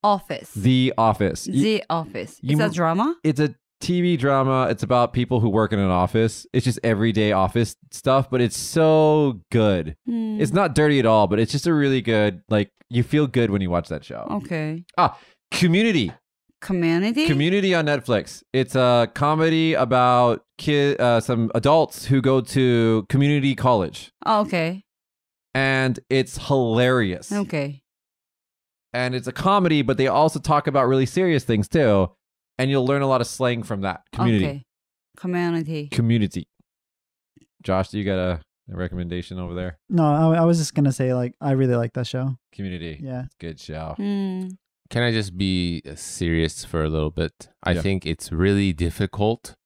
S2: Office.
S1: The Office. Y-
S2: The Office.
S1: you
S2: It's a
S1: m-
S2: drama?
S1: It's a TV drama. It's about people who work in an office. It's just everyday office stuff, but it's so good.
S2: Hmm.
S1: It's not dirty at all, but it's just a really good. Like you feel good when you watch that show.
S2: okay.
S1: Community.
S2: Community?
S1: Community on Netflix. It's a comedy about kid, uh, some adults who go to community college,
S2: oh, okay.
S1: and it's hilarious.
S2: Okay.
S1: And it's a comedy, but they also talk about really serious things too, and you'll learn a lot of slang from that community.
S2: Okay. Community.
S1: Community. Josh, do you got a, a recommendation over there?
S4: No, I, I was just gonna say like I really like that show.
S1: Community.
S4: Yeah,
S1: Good show.
S2: Hmm.
S3: Can I just be uh, serious for a little bit? I
S1: Yeah.
S3: think it's really difficult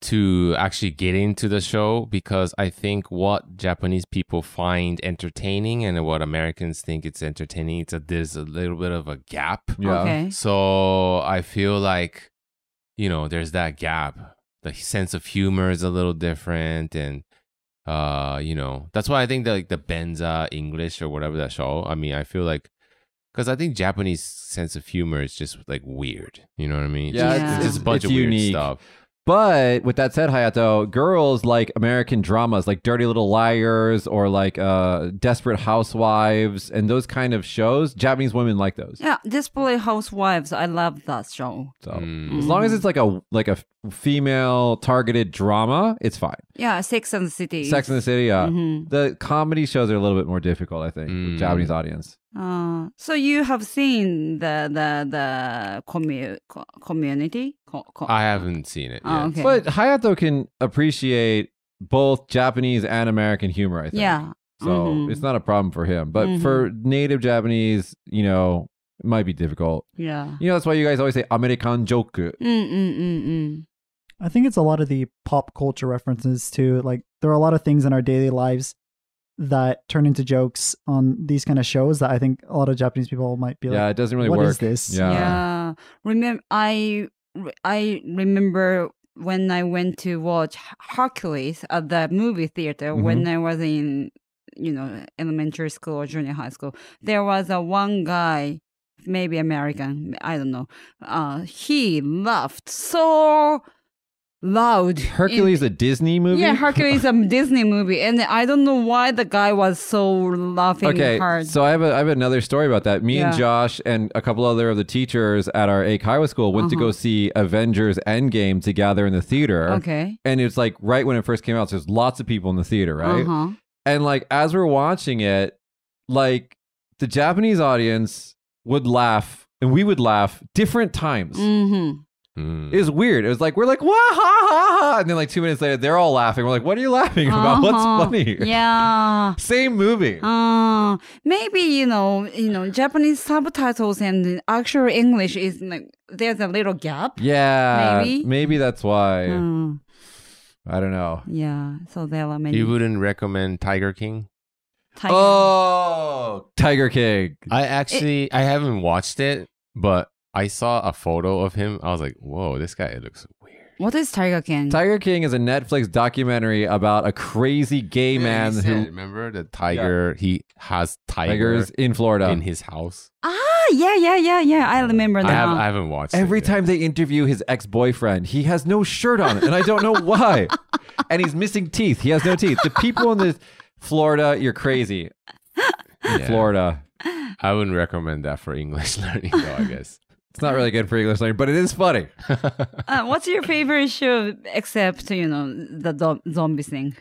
S3: to actually get into the show because I think what Japanese people find entertaining and what Americans think it's entertaining, it's a, there's a little bit of a gap.
S1: Yeah.
S2: Okay.
S3: So I feel like, you know, there's that gap. The sense of humor is a little different, and uh, you know, that's why I think that like the Benza English or whatever that show. I mean, I feel like because I think Japanese sense of humor is just like weird. You know what I mean?
S1: Yeah,
S3: It's-
S2: it's-
S3: it's just a
S1: it's-
S3: bunch
S1: it's
S3: of
S1: unique.
S3: weird stuff.
S1: But with that said, Hayato, girls like American dramas like Dirty Little Liars or like uh, Desperate Housewives and those kind of shows. Japanese women like those.
S2: Yeah, Display Housewives. I love that show.
S1: So
S3: Mm.
S1: as long as it's like a like a female targeted drama, it's fine.
S2: Yeah, Sex and the City.
S1: Sex in the City, uh,
S2: Mhm.
S1: the comedy shows are a little bit more difficult, I think,
S3: Mm.
S1: with Japanese audience.
S2: Uh, so you have seen the the the commu- co- community? Co- co-
S3: I haven't seen it.
S2: Oh,
S3: yet.
S2: okay.
S1: But Hayato can appreciate both Japanese and American humor, I think.
S2: yeah.
S1: So
S2: Mhm.
S1: it's not a problem for him. But
S2: Mhm.
S1: for native Japanese, you know, it might be difficult.
S2: Yeah.
S1: You know, that's why you guys always say American joke.
S2: Mm mm mm mm.
S4: I think it's a lot of the pop culture references too. Like there are a lot of things in our daily lives that turn into jokes on these kind of shows that I think a lot of Japanese people might be
S1: Yeah,
S4: like,
S1: it doesn't really
S4: "What is
S1: work.
S4: this?"
S1: Yeah.
S2: yeah. Remember, I re- I remember when I went to watch H- Hercules at the movie theater when
S1: Mm-hmm.
S2: I was in you know elementary school or junior high school. There was a one guy, maybe American, I don't know. Uh, he laughed so loud. in-
S1: Hercules, a Disney movie?
S2: Yeah, Hercules, a Disney movie, and I don't know why the guy was so laughing
S1: Okay,
S2: hard.
S1: so I have a, I have another story about that. Me and
S2: Yeah.
S1: Josh and a couple other of the teachers at our Aikawa school went to
S2: Uh-huh.
S1: go see Avengers Endgame together in the theater.
S2: okay,
S1: And it's like right when it first came out, so there's lots of people in the theater, right?
S2: Uh-huh.
S1: And like as we're watching it, like the Japanese audience would laugh and we would laugh different times.
S2: Mm-hmm.
S3: Mm.
S1: It was weird. It was like we're like wah ha ha ha, and then like two minutes later they're all laughing. We're like, what are you
S3: <laughs>
S1: laughing about?
S2: Uh-huh.
S1: What's funny?
S2: Yeah.
S1: <laughs> Same movie.
S2: Uh, maybe you know, you know, Japanese subtitles and actual English is like there's a little gap.
S1: yeah,
S2: Maybe.
S1: that's why.
S2: Uh,
S1: I don't know.
S2: yeah. So there are many.
S3: You wouldn't recommend Tiger King?
S2: Tiger- Um,
S1: Oh, Tiger King.
S3: I actually I haven't watched it, but I saw a photo of him. I was like, "Whoa, this guy looks weird."
S2: What is Tiger King?
S1: Tiger King is a Netflix documentary about a crazy gay man
S3: he
S1: who
S3: said, remember the tiger? He has
S1: tigers
S3: tigers
S1: in Florida.
S3: in his house.
S2: ah, yeah, yeah, yeah, yeah. I remember
S3: I,
S2: that.
S3: have, I haven't watched it
S1: Every
S3: yet.
S1: time they interview his ex boyfriend, he has no shirt on, and I don't
S2: <laughs>
S1: know why. and he's missing teeth. He has no teeth. The people in
S2: <laughs>
S1: this Florida, you're crazy. In
S3: Yeah.
S1: Florida.
S3: I wouldn't recommend that for English <laughs> learning, though. I
S1: <laughs>
S3: guess.
S1: It's not really good for English learning, but it is funny.
S2: uh, what's your favorite show except you know the zo- zombie thing?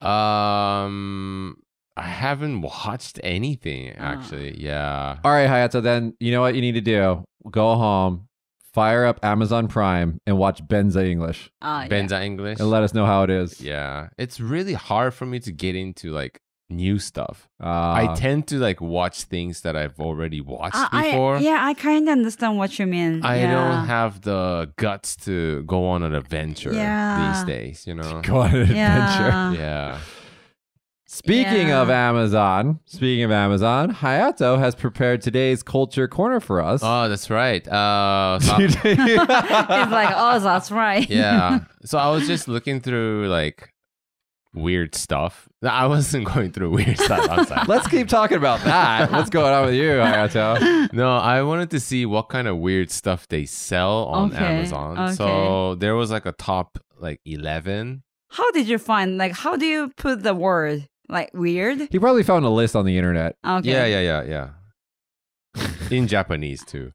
S3: um, I haven't watched anything
S1: Ah.
S3: actually. Yeah.
S1: All right, Hayato, then you know what you need to do? Go home, fire up Amazon Prime, and watch Benza English
S2: Ah, yeah.
S3: Benza English.
S1: and let us know how it is.
S3: yeah. It's really hard for me to get into like new stuff.
S1: Uh,
S3: I tend to like watch things that I've already watched
S2: Ah, I-
S3: before.
S2: yeah, I kind of understand what you mean.
S3: I
S2: yeah.
S3: don't have <laughs> the guts to go on an adventure
S2: Yeah.
S3: these days, you know.
S1: go on an adventure.
S2: Yeah.
S3: Yeah.
S1: Speaking
S2: Yeah.
S1: of Amazon, speaking of Amazon, Hayato has prepared today's culture corner for us. <laughs>
S3: Oh, that's right. Uh, so I-
S2: it's like, oh, that's right.
S3: <laughs> yeah. So I was just looking through like weird stuff. No, I wasn't <laughs> going through weird stuff. I'm
S2: <laughs>
S3: sorry.
S1: Let's keep talking about that. What's going on with you, Hayato?
S2: <laughs>
S3: No, I wanted to see what kind of weird stuff they sell on
S2: Okay,
S3: Amazon. So
S2: okay.
S3: there was like a top like 11.
S2: How did you find? Like, how do you put the word? Like weird.
S1: He probably found a list on the internet.
S2: Okay.
S3: Yeah, yeah, yeah, yeah. In
S2: <laughs>
S3: Japanese too.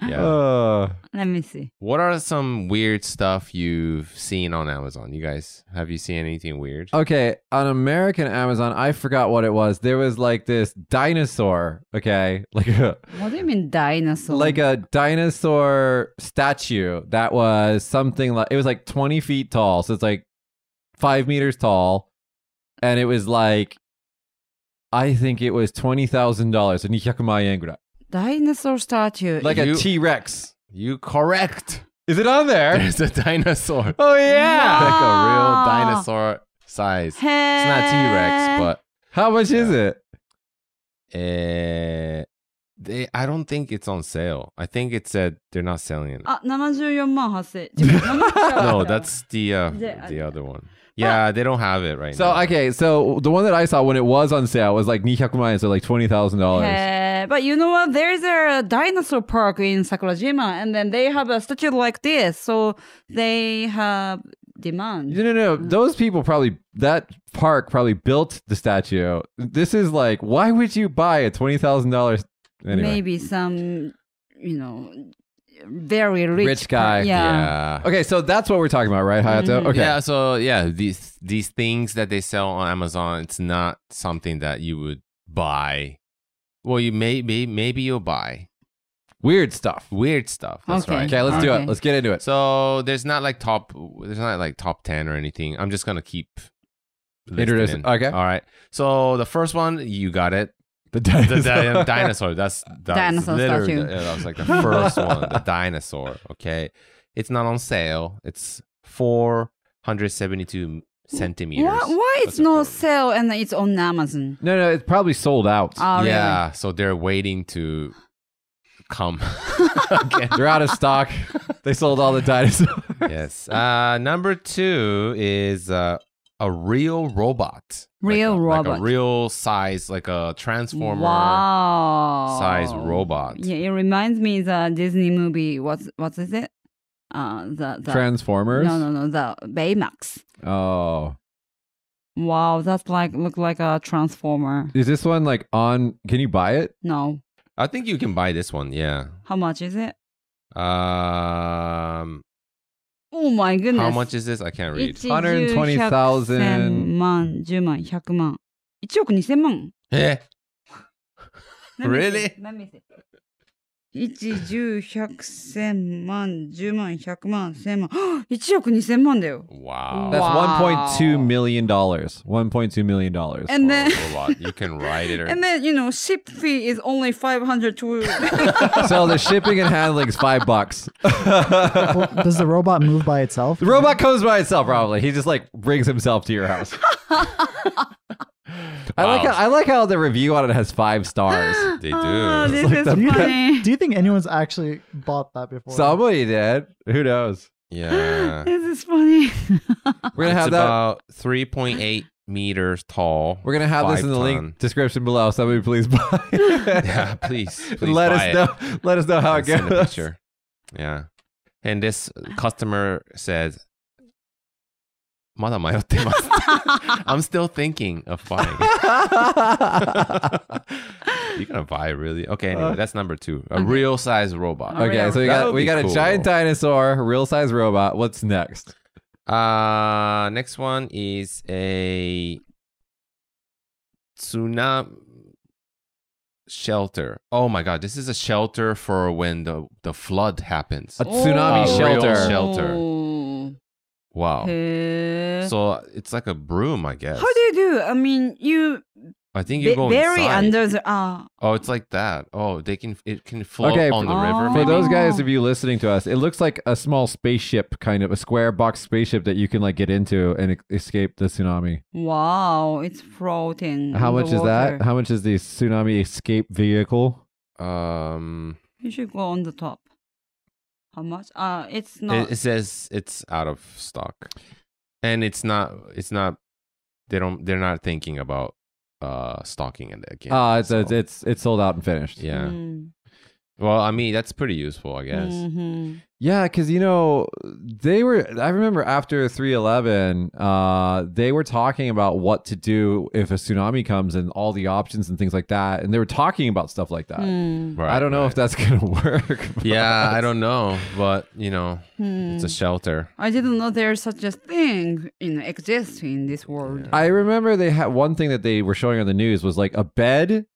S3: Yeah.
S1: Uh,
S2: Let me see.
S3: What are some weird stuff you've seen on Amazon? You guys, have you seen anything weird?
S1: okay, on American Amazon, I forgot what it was. There was like this dinosaur, okay? <laughs> Like a,
S2: What do you mean dinosaur?
S1: like a dinosaur statue that was something like it was like 20 feet tall so it's like five meters tall and it was like i think it was $20000 and 200万円ぐらい
S2: dinosaur statue.
S1: like
S3: You-
S1: a t-rex
S3: You correct.
S1: is it on there
S3: There's a dinosaur.
S1: <laughs> oh <laughs>
S3: <laughs>
S1: yeah
S3: Like a real
S2: Wow.
S3: dinosaur size. It's
S2: Hey.
S3: not T Rex,
S1: how much is it
S3: but uh, they, I don't think it's on sale. I think it said they're not selling
S1: Oh.
S3: it.
S2: あ、七十四万 <laughs> 八千。違う79
S3: <laughs> no, that's the uh,
S2: The-
S3: the other one. Yeah, they don't have it right
S1: so
S3: now.
S1: okay so the one that i saw when it was on sale was like 200万円 so like $20000
S2: Uh, but you know what? There's a dinosaur park in Sakurajima, and then they have a statue like this, so they have demand.
S1: No, no, no. Those people probably that park probably built the statue. This is like, why would you buy a twenty thousand dollars? Anyway,
S2: Maybe some, you know, very rich,
S1: rich guy.
S2: per- Yeah.
S3: Yeah.
S1: Okay, so that's what we're talking about, right, Hayato?
S2: Mhm.
S1: Okay.
S3: Yeah, so yeah, these these things that they sell on Amazon, it's not something that you would buy. Well, you may, may maybe you'll buy
S1: Weird stuff.
S3: weird stuff. That's
S2: Okay.
S3: right.
S1: Okay, let's do
S2: Okay.
S1: it. Let's get into it.
S3: So there's not like top, there's not like top ten or anything. I'm just gonna keep listing
S1: Introducing-
S3: it.
S1: okay.
S3: All right. So the first one, you got it.
S1: The <laughs>
S2: <laughs>
S3: The di- dinosaur. That's, that's
S2: Dinosaur
S3: literally-
S2: statue.
S3: yeah, that was like the first one. The dinosaur. Okay. It's not on sale. It's 472 centimeters.
S2: Why, why it's
S3: That's
S2: no
S3: affordable.
S2: sale and it's on Amazon?
S1: No, no, it's probably sold out.
S2: Oh,
S3: yeah, so they're waiting to
S2: <laughs>
S3: come. again.
S1: They're out of stock. they sold all the
S2: <laughs>
S1: dinosaurs.
S3: yes. Uh, number two is uh, a real robot.
S2: Real
S3: like a, Like
S2: robot.
S3: a real size, like a transformer.
S2: wow.
S3: size robot.
S2: Yeah, it reminds me the Disney movie. What's what is it? Uh, the the
S1: Transformers.
S2: no no no the Baymax.
S1: Oh,
S2: Wow, that's like look like a transformer.
S1: is this one like on? Can you buy it?
S2: No,
S3: I think you can buy this one. Yeah.
S2: how much is it?
S3: Um,
S2: Oh my goodness.
S3: how much is this? I can't read.
S1: 120,000
S2: 120,000万、10万、100万。1億2000万。
S3: Eh,
S2: Let me see,
S3: Really?
S2: Let me see. 1、10、100、1000万、10万、100万、1000万。1億2000万だよ。
S3: wow.
S1: That's
S2: Wow.
S1: one point two million dollars. One point two million dollars.
S2: And <laughs>
S3: for a
S2: then,
S3: robot. you
S1: <laughs>
S3: can ride it. Or...
S2: and then, you know, ship fee is only 500
S3: <laughs>
S2: to... <laughs>
S1: so the shipping and handling is five bucks. <laughs> the <laughs>
S4: Well, does the robot move by itself?
S1: robot comes by itself, probably. He just like brings himself to your house. I like
S3: Wow.
S1: how, I like how the review on it has five
S2: <gasps>
S1: stars.
S3: they do.
S2: oh, this is
S4: Do you,
S2: funny. <laughs>
S4: think, do you think anyone's actually bought that before?
S1: Somebody did. Who knows? <laughs>
S3: yeah.
S2: This is funny.
S1: We're gonna
S3: it's
S1: have that.
S3: about 3.8 meters tall.
S1: we're gonna have this
S3: five
S1: in the
S3: ton.
S1: link description below. Somebody please buy. It.
S3: Yeah,
S1: <laughs>
S3: please. please
S1: let us
S3: buy it.
S1: know. Let us know how
S3: and
S1: it goes.
S3: send a picture. Yeah. And this customer said, <laughs>
S1: <laughs>
S3: "まだ迷ってます." I'm still thinking of buying. You're gonna buy it, really? Okay, anyway, that's number two. A real size robot.
S1: <laughs> Uh, Okay, so we
S3: That would
S1: got we
S3: be
S1: got a
S3: cool.
S1: giant dinosaur, a real size robot. What's next?
S3: Uh next one is a tsunami shelter. Oh my god, this is a shelter for when the the flood happens.
S1: A tsunami
S3: Oh.
S1: shelter.
S3: Real shelter.
S2: Oh.
S3: Wow.
S2: Hey.
S3: So it's like a broom, I guess.
S2: How do you do? I mean, you,
S3: I think you
S2: you
S3: go
S2: bury
S3: inside.
S2: under the. Ah.
S3: Oh, it's like that. Oh, they can it can float
S1: Okay,
S3: on the
S2: for-
S3: river.
S2: Oh.
S1: For
S3: Maybe.
S1: those guys of you listening to us, it looks like a small spaceship, kind of a square box spaceship that you can like get into and e- escape the tsunami.
S3: Mm-hmm.
S2: Wow, it's floating.
S1: How much is that?
S2: underwater.
S1: How much is the tsunami escape vehicle?
S3: Um,
S2: You should go on the top. How much? Uh, it's not.
S3: it, it says it's out of stock, and it's not. It's not. They don't. They're not thinking about uh stocking it again.
S1: Ah, it's,
S3: so-
S1: it's it's it's sold out and finished.
S3: yeah.
S2: Mm. Mm-hmm.
S3: Well, I mean that's pretty useful, I guess.
S2: Mm-hmm.
S1: Yeah, because you know they were. I remember after three eleven, uh, they were talking about what to do if a tsunami comes and all the options and things like that, and they were talking about stuff like
S2: Mm.
S1: that.
S2: Mm-hmm.
S3: Right,
S1: I don't know
S3: right.
S1: if that's gonna <laughs> work. but- <laughs>
S3: Yeah, I don't know, but you know, it's a
S2: Hmm.
S3: shelter.
S2: I didn't know there's such a thing you know, exists in this world.
S1: I remember they had one thing that they were showing on the news was like a bed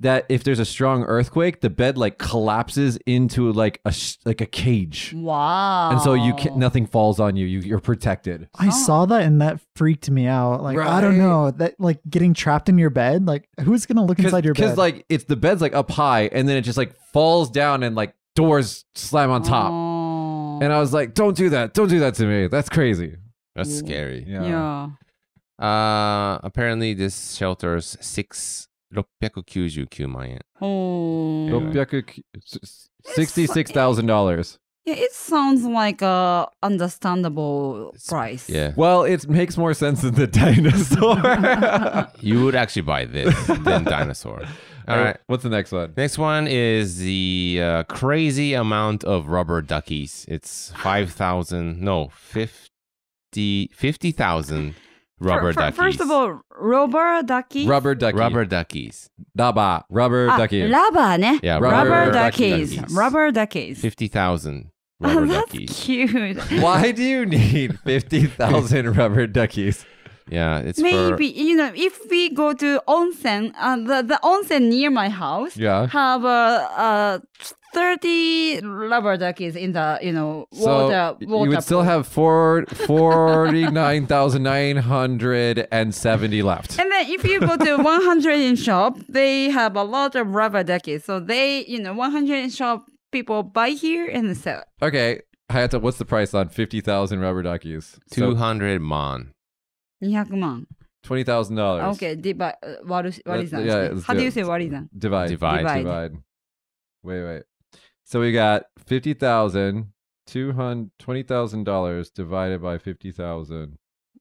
S1: that if there's a strong earthquake, the bed like collapses into like a sh- like a cage,
S2: Wow.
S1: and so you can nothing falls on you. you you're protected.
S4: I
S2: Oh.
S4: saw that and that freaked me out. Like I don't
S1: Right.
S4: know that like getting trapped in your bed. Like who's gonna look inside your bed?
S1: like it's the bed's like up high, and then it just like falls down, and like doors slam on top.
S2: Oh.
S1: And I was like, "Don't do that! Don't do that to me! That's crazy."
S3: That's scary.
S2: yeah.
S3: Uh, apparently this shelters six 699万円。
S2: Oh.
S3: Anyway.
S1: Sixty-six thousand dollars.
S2: Yeah, it sounds like a understandable
S3: It's-
S2: price.
S3: Yeah.
S1: Well, it makes more sense than the dinosaur.
S3: You would actually buy this
S1: <laughs>
S3: than dinosaur. <laughs> All right.
S1: What's the next one?
S3: Next one is the uh, crazy amount of rubber duckies. It's 5,000, no, 50 50,000 rubber
S2: Fir- fir-
S3: duckies.
S2: First of all, rubber ducky.
S1: Rubber ducky.
S3: rubber duckies.
S1: Daba. Rubber
S2: ah,
S1: ducky.
S2: Rubber, ne?
S3: Yeah,
S2: Rubber,
S1: Rubber
S2: duckies.
S1: duckies.
S2: Rubber duckies.
S3: 50,000
S2: Oh, <laughs>
S3: rubber
S2: that's
S3: duckies.
S2: cute.
S1: Why do you
S2: <laughs>
S1: need 50,000 rubber duckies?
S3: Yeah, it's for
S2: Maybe you know if we go to onsen, uh, the the onsen near my house
S1: Yeah.
S2: have uh, uh thirty rubber duckies in the you know water.
S1: so
S2: water
S1: you would still
S2: pool.
S1: have four, 49,970 left.
S2: And then if you
S1: <laughs>
S2: go to 100 in shop, they have a lot of rubber duckies. So they, you know, 100 in shop people buy here and sell.
S1: Okay. Hayata, what's the price on 50,000 rubber duckies? So
S3: 200 mon.
S2: 200万。
S1: $20,000.
S2: Okay, divide, uh, 割る割り算
S1: Yeah, let's
S2: して。How
S1: do
S2: do you
S1: it.
S2: say 割り算
S1: Divide.
S3: Divide.
S2: Divide.
S1: Divide. Wait, wait. So we got 50,000, 200 $20,000 divided by 50,000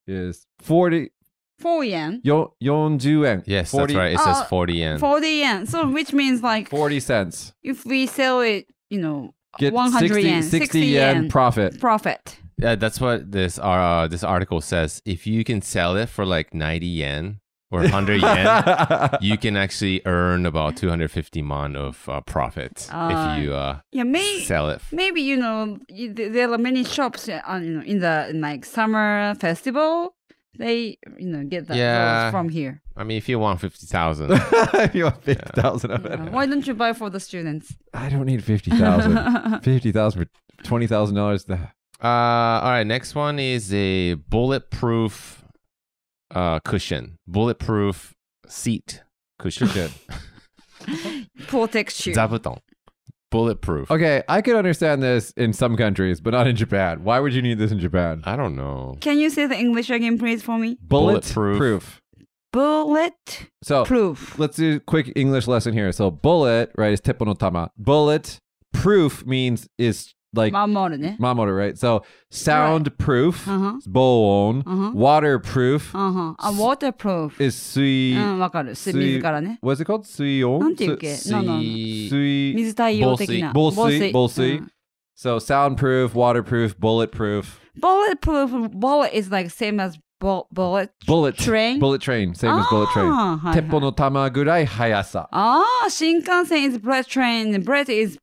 S1: is 40,
S2: 4 yen.
S1: よ40円。
S3: Yes,
S1: 40
S3: that's right. It says
S2: Oh,
S3: 40 yen.
S2: 40
S1: <laughs>
S2: yen. So which means like
S1: 40 cents.
S2: if we sell it, you know,
S1: Get
S2: 100
S1: 60,
S2: yen,
S1: 60 yen profit.
S2: profit.
S3: Yeah, that's what this uh, this article says. If you can sell it for like 90 yen or 100 yen,
S1: <laughs>
S2: <laughs>
S3: you can actually earn about 250 mon of uh, profit
S2: Ah.
S3: if you uh,
S2: Yeah, may,
S3: sell it.
S2: maybe you know y- th- there are many shops uh, on, you know in the in, like summer festival. They you know get that those
S3: Yeah.
S2: from here.
S3: I mean, if you
S1: <laughs>
S3: want 50,000.
S1: if you want 50,000 of
S2: Yeah.
S1: it.
S2: Why don't you buy for the students?
S1: I don't need 50,000.
S2: <laughs>
S1: 50,000 for $20,000. Th-
S3: uh, all right, next one is a bulletproof uh, cushion, bulletproof seat
S1: <laughs>
S3: cushion.
S1: Cushion.
S2: Protect you.
S3: Zabuton. Bulletproof.
S1: Okay, I could understand this in some countries, but not in Japan. Why would you need this in Japan?
S3: I don't know.
S2: Can you say the English again, please, for me?
S1: Bulletproof.
S3: Bulletproof.
S2: Bullet
S1: So
S2: proof.
S1: let's do a quick English lesson here. So bullet, right, is teppo no tama. Bullet proof means is like
S2: Mamoru ne.
S1: mamoru, right? So soundproof,
S2: Uh huh.
S1: boon.
S2: Uh huh.
S1: Waterproof
S2: あ、あ、waterproof。Uh,
S1: is sui.
S2: うん、わかる。水水からね。
S1: What's it called? Suion.
S2: なんていうっけ
S1: Su-
S2: ななんなん
S3: 水
S1: 水
S2: 水対応的な。
S1: 防水防水
S2: うん
S1: So soundproof, waterproof, bulletproof,
S2: Bulletproof bullet is like same as bu- bullet
S1: bullet
S2: train. Ah,
S1: bullet train, same as bullet train.
S2: あーはいはい
S1: Teppo no tama gurai hayasa.
S2: ああ、新幹線 Ah, is bullet train. Bullet is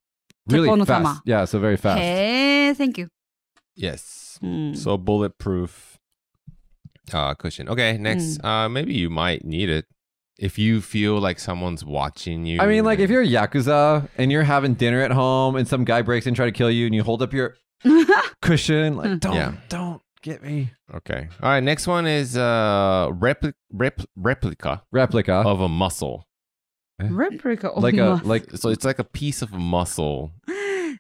S2: teppo
S1: Really
S2: no
S1: fast.
S2: tama.
S1: Yeah, so very fast.
S2: へえ、thank you. Hmm.
S3: Yes.
S2: うん
S3: Mm. So
S1: Mm.
S3: bulletproof uh, cushion. Okay, next. Uh, maybe you might need it if you feel like someone's watching you.
S1: I mean, like if you're a yakuza and you're having dinner at home, and some guy breaks in try to kill you, and you hold up your cushion,
S2: Hmm.
S1: like don't,
S3: Yeah.
S1: don't get me
S3: okay. All right, next one is uh repli- rep- replica
S1: replica,
S3: of a muscle.
S2: <laughs> Replica of
S1: like a
S2: mask.
S1: like
S3: So it's like a piece of
S2: <laughs>
S3: muscle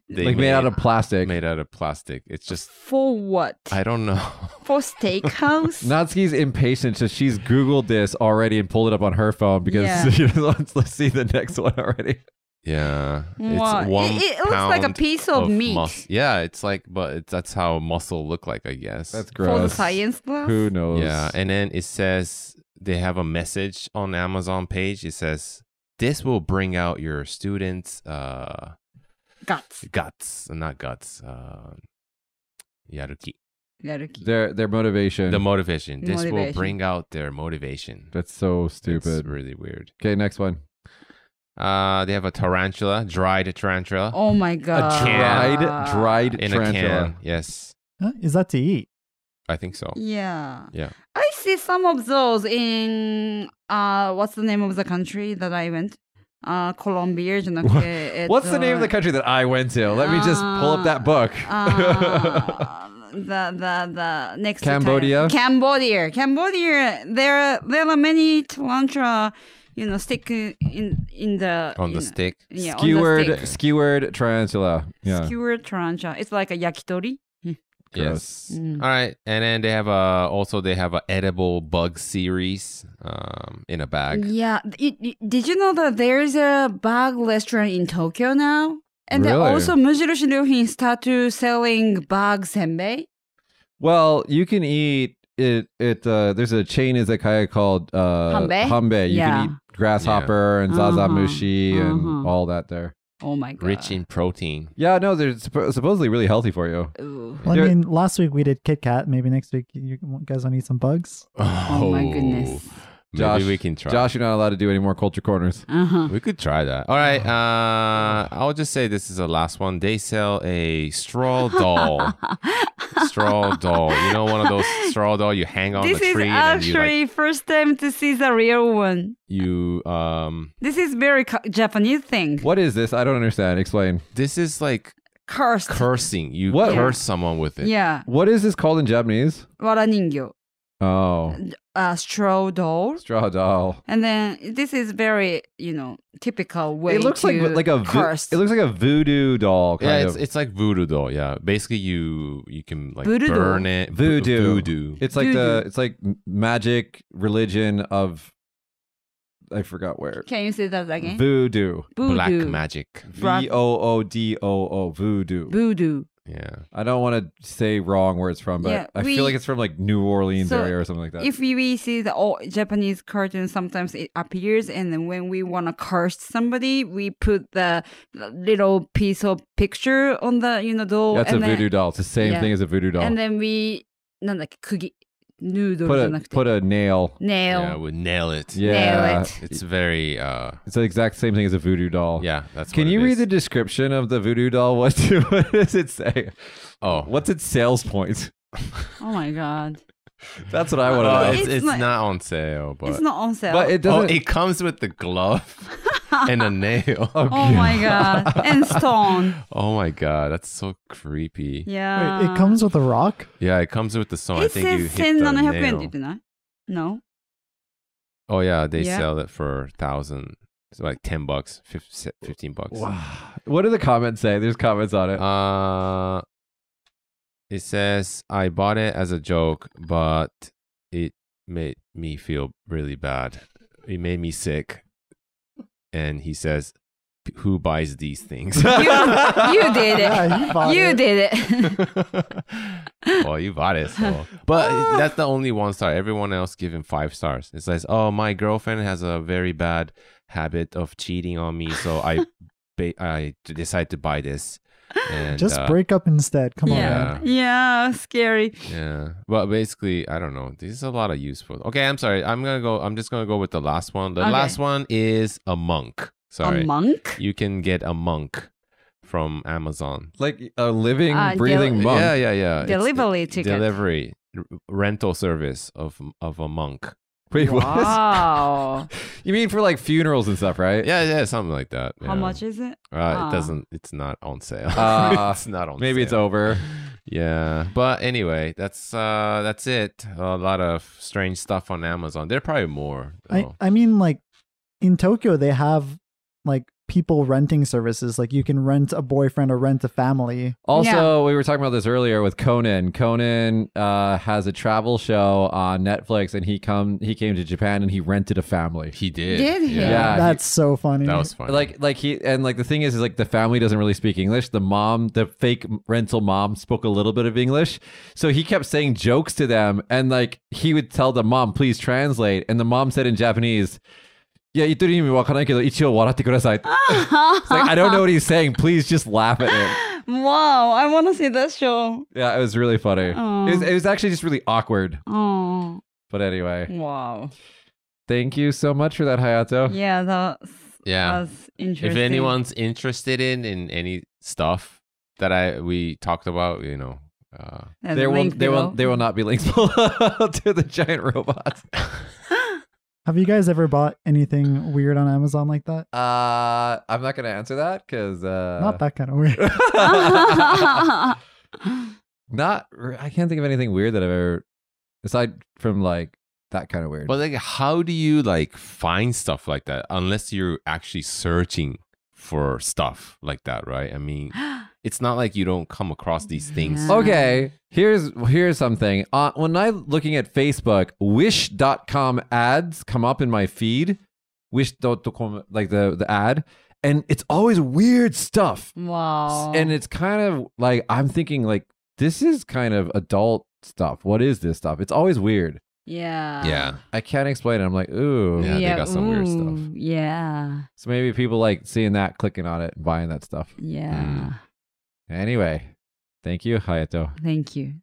S3: they
S1: like made out of plastic.
S3: made out of plastic. It's
S2: <laughs>
S3: just
S2: for what?
S3: I don't know. <laughs>
S2: for
S1: <laughs>
S2: steakhouse?
S1: Natsuki's impatient, so she's Googled this already and pulled it up on her phone because <laughs>
S2: Yeah.
S1: she wants to see the next one
S3: <laughs>
S1: already.
S3: Yeah,
S2: Wow.
S3: it's
S2: It-
S3: one.
S2: it looks like a
S3: pound
S2: piece of meat.
S3: mus- yeah, it's like, but it's, that's how muscle look like, I guess.
S1: That's gross.
S2: for the science class?
S1: Who knows?
S3: Yeah, and then it says they have a message on Amazon page. It says this will bring out your students' uh,
S2: Guts.
S3: guts, not guts. Uh, yaruki,
S2: やる気。
S1: their their motivation.
S3: the motivation. This will
S2: Motivation.
S3: bring out their motivation.
S1: That's so
S3: It's
S1: stupid.
S3: really weird.
S1: Okay, next one.
S3: Uh, they have a tarantula, dried tarantula
S2: Oh my god. Uh,
S3: can.
S1: dried dried
S3: in
S1: tarantula.
S3: a can. Yes,
S4: Huh? Is that to eat?
S3: I think so.
S2: Yeah.
S3: Yeah.
S2: I see some of those in uh what's the name of the country that I went? Uh Colombia eh, じゃなくて。
S1: What's the name of the country
S2: country?
S1: that I went to? Let me just pull up that
S2: <laughs>
S1: book. <laughs>
S2: Uh, Ah, the the the next to
S1: Cambodia?
S2: Thailand. Cambodia. Cambodia. There there are many tarantula, you know, stick in in the
S3: On the
S2: in-
S3: stick.
S2: Yeah, on the
S1: skewered,
S2: stick.
S1: skewered tarantula. Yeah.
S2: Skewered tarantula. It's like a yakitori.
S3: Yes.
S2: Mm.
S3: All right, and then they have a also they have a edible bug series um in a bag.
S2: Yeah. It, it- did you know that there is a bug restaurant in Tokyo now? And they
S1: Really?
S2: also Mujirushi Ryuhin start to selling bug senbei.
S1: Well, you can eat it. It uh, there's a chain izakaya called uh,
S2: Hanbei?
S1: You
S2: Yeah.
S1: can eat grasshopper and
S2: Uh-huh.
S1: zazamushi and
S2: Uh-huh.
S1: all that there.
S2: Oh my god.
S3: Rich in protein.
S1: Yeah, no, they're supp- supposedly really healthy for you.
S2: Ooh.
S4: Well,
S1: There-
S4: I mean, last week we did Kit Kat. Maybe next week you guys want to eat some bugs.
S3: Oh,
S2: Oh my goodness.
S3: Maybe
S1: Josh-
S3: we can try.
S1: Josh, you're not allowed to do any more culture corners.
S2: Uh-huh.
S3: We could try that. All right. Uh, I'll just say this is the last one. They sell a
S2: <laughs>
S3: straw doll. straw doll. You know, one
S2: <laughs>
S3: of those straw doll you hang on
S2: this
S3: the
S2: is
S3: tree and you like
S2: actually first time to see the real one.
S3: you um.
S2: This is very cu- Japanese thing.
S1: What is this? I don't understand. Explain.
S3: This is like
S2: Cursed.
S3: cursing. You
S1: What-
S3: curse someone with it.
S2: yeah.
S1: What is this called in Japanese?
S2: Wara ningyo.
S1: Oh,
S2: Uh, straw doll.
S1: straw doll.
S2: And then this is very, you know, typical way
S1: It looks
S2: to
S1: like like a vo-
S2: curse.
S1: it looks like a voodoo doll. Kind
S3: Yeah,
S1: of.
S3: it's, it's like voodoo doll. Yeah, basically you you can like
S2: Voodoo doll?
S3: burn it. vo-
S1: Voodoo.
S3: voodoo.
S1: It's like the it's like m- magic religion of I forgot where.
S2: Can you say that again?
S1: Voodoo.
S2: Voodoo.
S3: black magic.
S1: V O O D O O voodoo.
S2: Voodoo.
S3: Yeah.
S1: I don't want to say wrong where it's from, but
S2: Yeah,
S1: I
S2: we-
S1: feel like it's from like New Orleans
S2: So,
S1: area or something like that.
S2: If we- we see the old Japanese cartoon, sometimes it appears, and then when we want to curse somebody, we put the little piece of picture on the you know door.
S1: That's a
S2: and then-
S1: voodoo doll. It's the same
S2: Yeah.
S1: thing as a voodoo doll.
S2: And then we なんだっけ釘ヌードル
S1: put
S2: じゃ
S1: a
S2: なくて
S1: put a nail.
S3: Yeah,
S2: nail
S3: we nail it.
S1: Yeah.
S2: it.
S3: It's very uh
S1: It's the exact same thing as a voodoo doll.
S3: yeah, that's
S1: Can
S3: what
S1: you
S3: it
S1: read
S3: is.
S1: the description of the voodoo doll? <laughs> What, what does it say? <laughs>
S3: Oh.
S1: What's its sales point? <laughs>
S2: oh my god
S1: That's what I want to
S3: Well,
S1: know.
S3: Oh, it's,
S2: It's
S3: it's,
S2: not-
S3: not, on sale, but,
S2: it's not on sale
S1: But it
S3: oh,
S1: doesn't.
S3: it comes with the
S2: <laughs>
S3: glove and
S1: <laughs>
S3: a nail.
S1: Oh,
S2: oh my god and
S3: <laughs>
S2: stone
S3: Oh my god, that's so creepy.
S2: yeah
S3: Yeah,
S4: Wait, it comes with a rock.
S3: it comes with the song.
S2: it
S3: I think you
S2: says
S3: hit the
S2: 1700円って言っ
S3: nail.
S2: てない
S3: <laughs>
S2: no
S3: Oh yeah, they
S2: Yeah.
S3: sell it for thousand. It's like ten bucks, fif- se- fifteen bucks.
S1: Wow. What do the comments say? There's comments on it.
S3: Uh, it says I bought it as a joke, but it made me feel really bad. It made me sick. And he says, "Who buys these things?" <laughs>
S2: you, you did it
S4: Yeah, you bought
S2: you
S4: it.
S2: did it <laughs>
S3: <laughs> well, Oh, you bought it, so. But that's the only one star. Everyone else giving five stars. It says, "Oh, my girlfriend has a very bad habit of cheating on me, so I, ba- I decide to buy this." And,
S4: Just
S3: uh,
S4: break up instead. Come on.
S2: yeah
S4: man.
S3: Yeah.
S2: yeah scary
S3: Yeah. Well, basically, I don't know. This is a lot of useful. Okay, I'm sorry. I'm gonna go. I'm just gonna go with the last one. The
S2: Okay.
S3: last one is a monk. Sorry,
S2: a
S3: <laughs>
S2: monk
S3: you can get a monk from Amazon.
S1: like a living,
S2: Uh,
S1: breathing
S2: del-
S1: monk.
S3: Yeah, yeah, yeah. It's-
S2: Delivery
S3: it-
S2: ticket.
S3: Delivery r- rental service of of a monk.
S1: Wait, what?
S3: <laughs>
S2: Wow.
S1: <laughs> You mean for like funerals and stuff, right?
S3: Yeah, yeah, something like that. yeah.
S2: How much is it?
S3: Uh,
S2: Ah.
S3: It doesn't. It's not on sale.
S1: Ah.
S3: <laughs> it's not on.
S1: Maybe it's
S3: sale.
S1: over.
S3: Yeah, but anyway, that's uh, that's it. A lot of strange stuff on Amazon. There are probably more.
S4: I,
S1: Oh.
S3: though.
S4: I mean, like in Tokyo, they have like people renting services. Like you can rent a boyfriend or rent a family.
S1: Also,
S2: Yeah.
S1: we were talking about this earlier with Conan. Conan uh, has a travel show on Netflix, and he come he came to Japan and he rented a family.
S3: he did.
S2: Did he?
S1: Yeah, he-
S4: That's so funny.
S3: that was funny.
S1: Like like he and like the thing is is like the family doesn't really speak English. The mom, the fake rental mom, spoke a little bit of English, so he kept saying jokes to them, and like he would tell the mom, "Please translate," and the mom said in Japanese. Yeah, you didn't even walk on like, I
S2: <laughs>
S1: don't know what he's saying. Please just laugh at him.
S2: Wow, I want to see that show.
S1: Yeah, it was really funny.
S2: Aw.
S1: It was, it was actually just really awkward.
S2: Oh,
S1: But anyway,
S2: wow.
S1: thank you so much for that,
S3: Oh.
S1: Hayato.
S2: Yeah, that was,
S3: yeah.
S2: was interesting.
S3: If anyone's interested in in any stuff that I we talked about, you know, uh,
S2: There's a
S1: There will,
S2: link
S1: there will,
S2: below.
S1: there will not be links <laughs> below to the giant robots.
S4: Have you guys ever bought anything weird on Amazon like that?
S1: Uh, I'm not going to answer that because uh,
S4: Not that kind of weird.
S1: <laughs>
S2: <laughs>
S1: not. re- I can't think of anything weird that I've ever aside from like that kind of weird.
S3: but like, how do you like find stuff like that unless you're actually searching for stuff like that, right? I mean, it's not like you don't come across these things.
S2: Oh.
S1: Okay, here's here's something. Uh, when I'm looking at Facebook, wish.com ads come up in my feed. Wish.com like the the ad and it's always weird stuff.
S2: <laughs> wow.
S1: And it's kind of like I'm thinking like this is kind of adult stuff. What is this stuff? It's always weird.
S2: yeah.
S3: Yeah.
S1: I can't explain it. I'm like, ooh.
S3: Yeah, they got some weird stuff.
S2: ooh, Yeah.
S1: So maybe people like seeing that, clicking on it, and buying that stuff.
S2: Yeah.
S1: Anyway, thank you, Hayato.
S2: Thank you.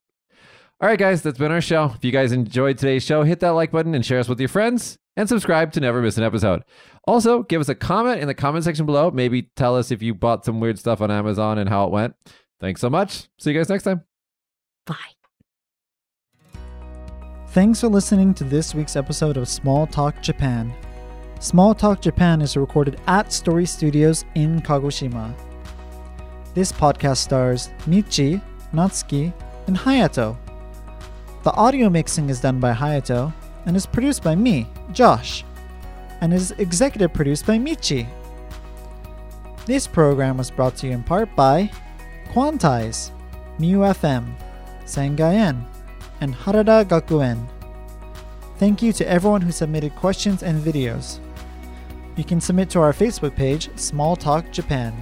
S1: All right, guys, that's been our show. If you guys enjoyed today's show, hit that like button and share us with your friends and subscribe to never miss an episode. Also, give us a comment in the comment section below. Maybe tell us if you bought some weird stuff on Amazon and how it went. Thanks so much. See you guys next time.
S2: Bye.
S4: Thanks for listening to this week's episode of Small Talk Japan. Small Talk Japan is recorded at Story Studios in Kagoshima. This podcast stars Michi, Natsuki, and Hayato. The audio mixing is done by Hayato and is produced by me, Josh, and is executive produced by Michi. This program was brought to you in part by Quantize, MUFM, Sangayen, and Harada Gakuen. Thank you to everyone who submitted questions and videos. You can submit to our Facebook page, Small Talk Japan.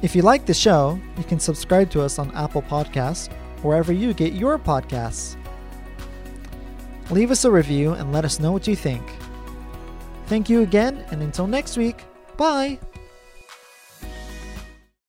S4: If you like the show, you can subscribe to us on Apple Podcasts, wherever you get your podcasts. Leave us a review and let us know what you think. Thank you again, and until next week, bye!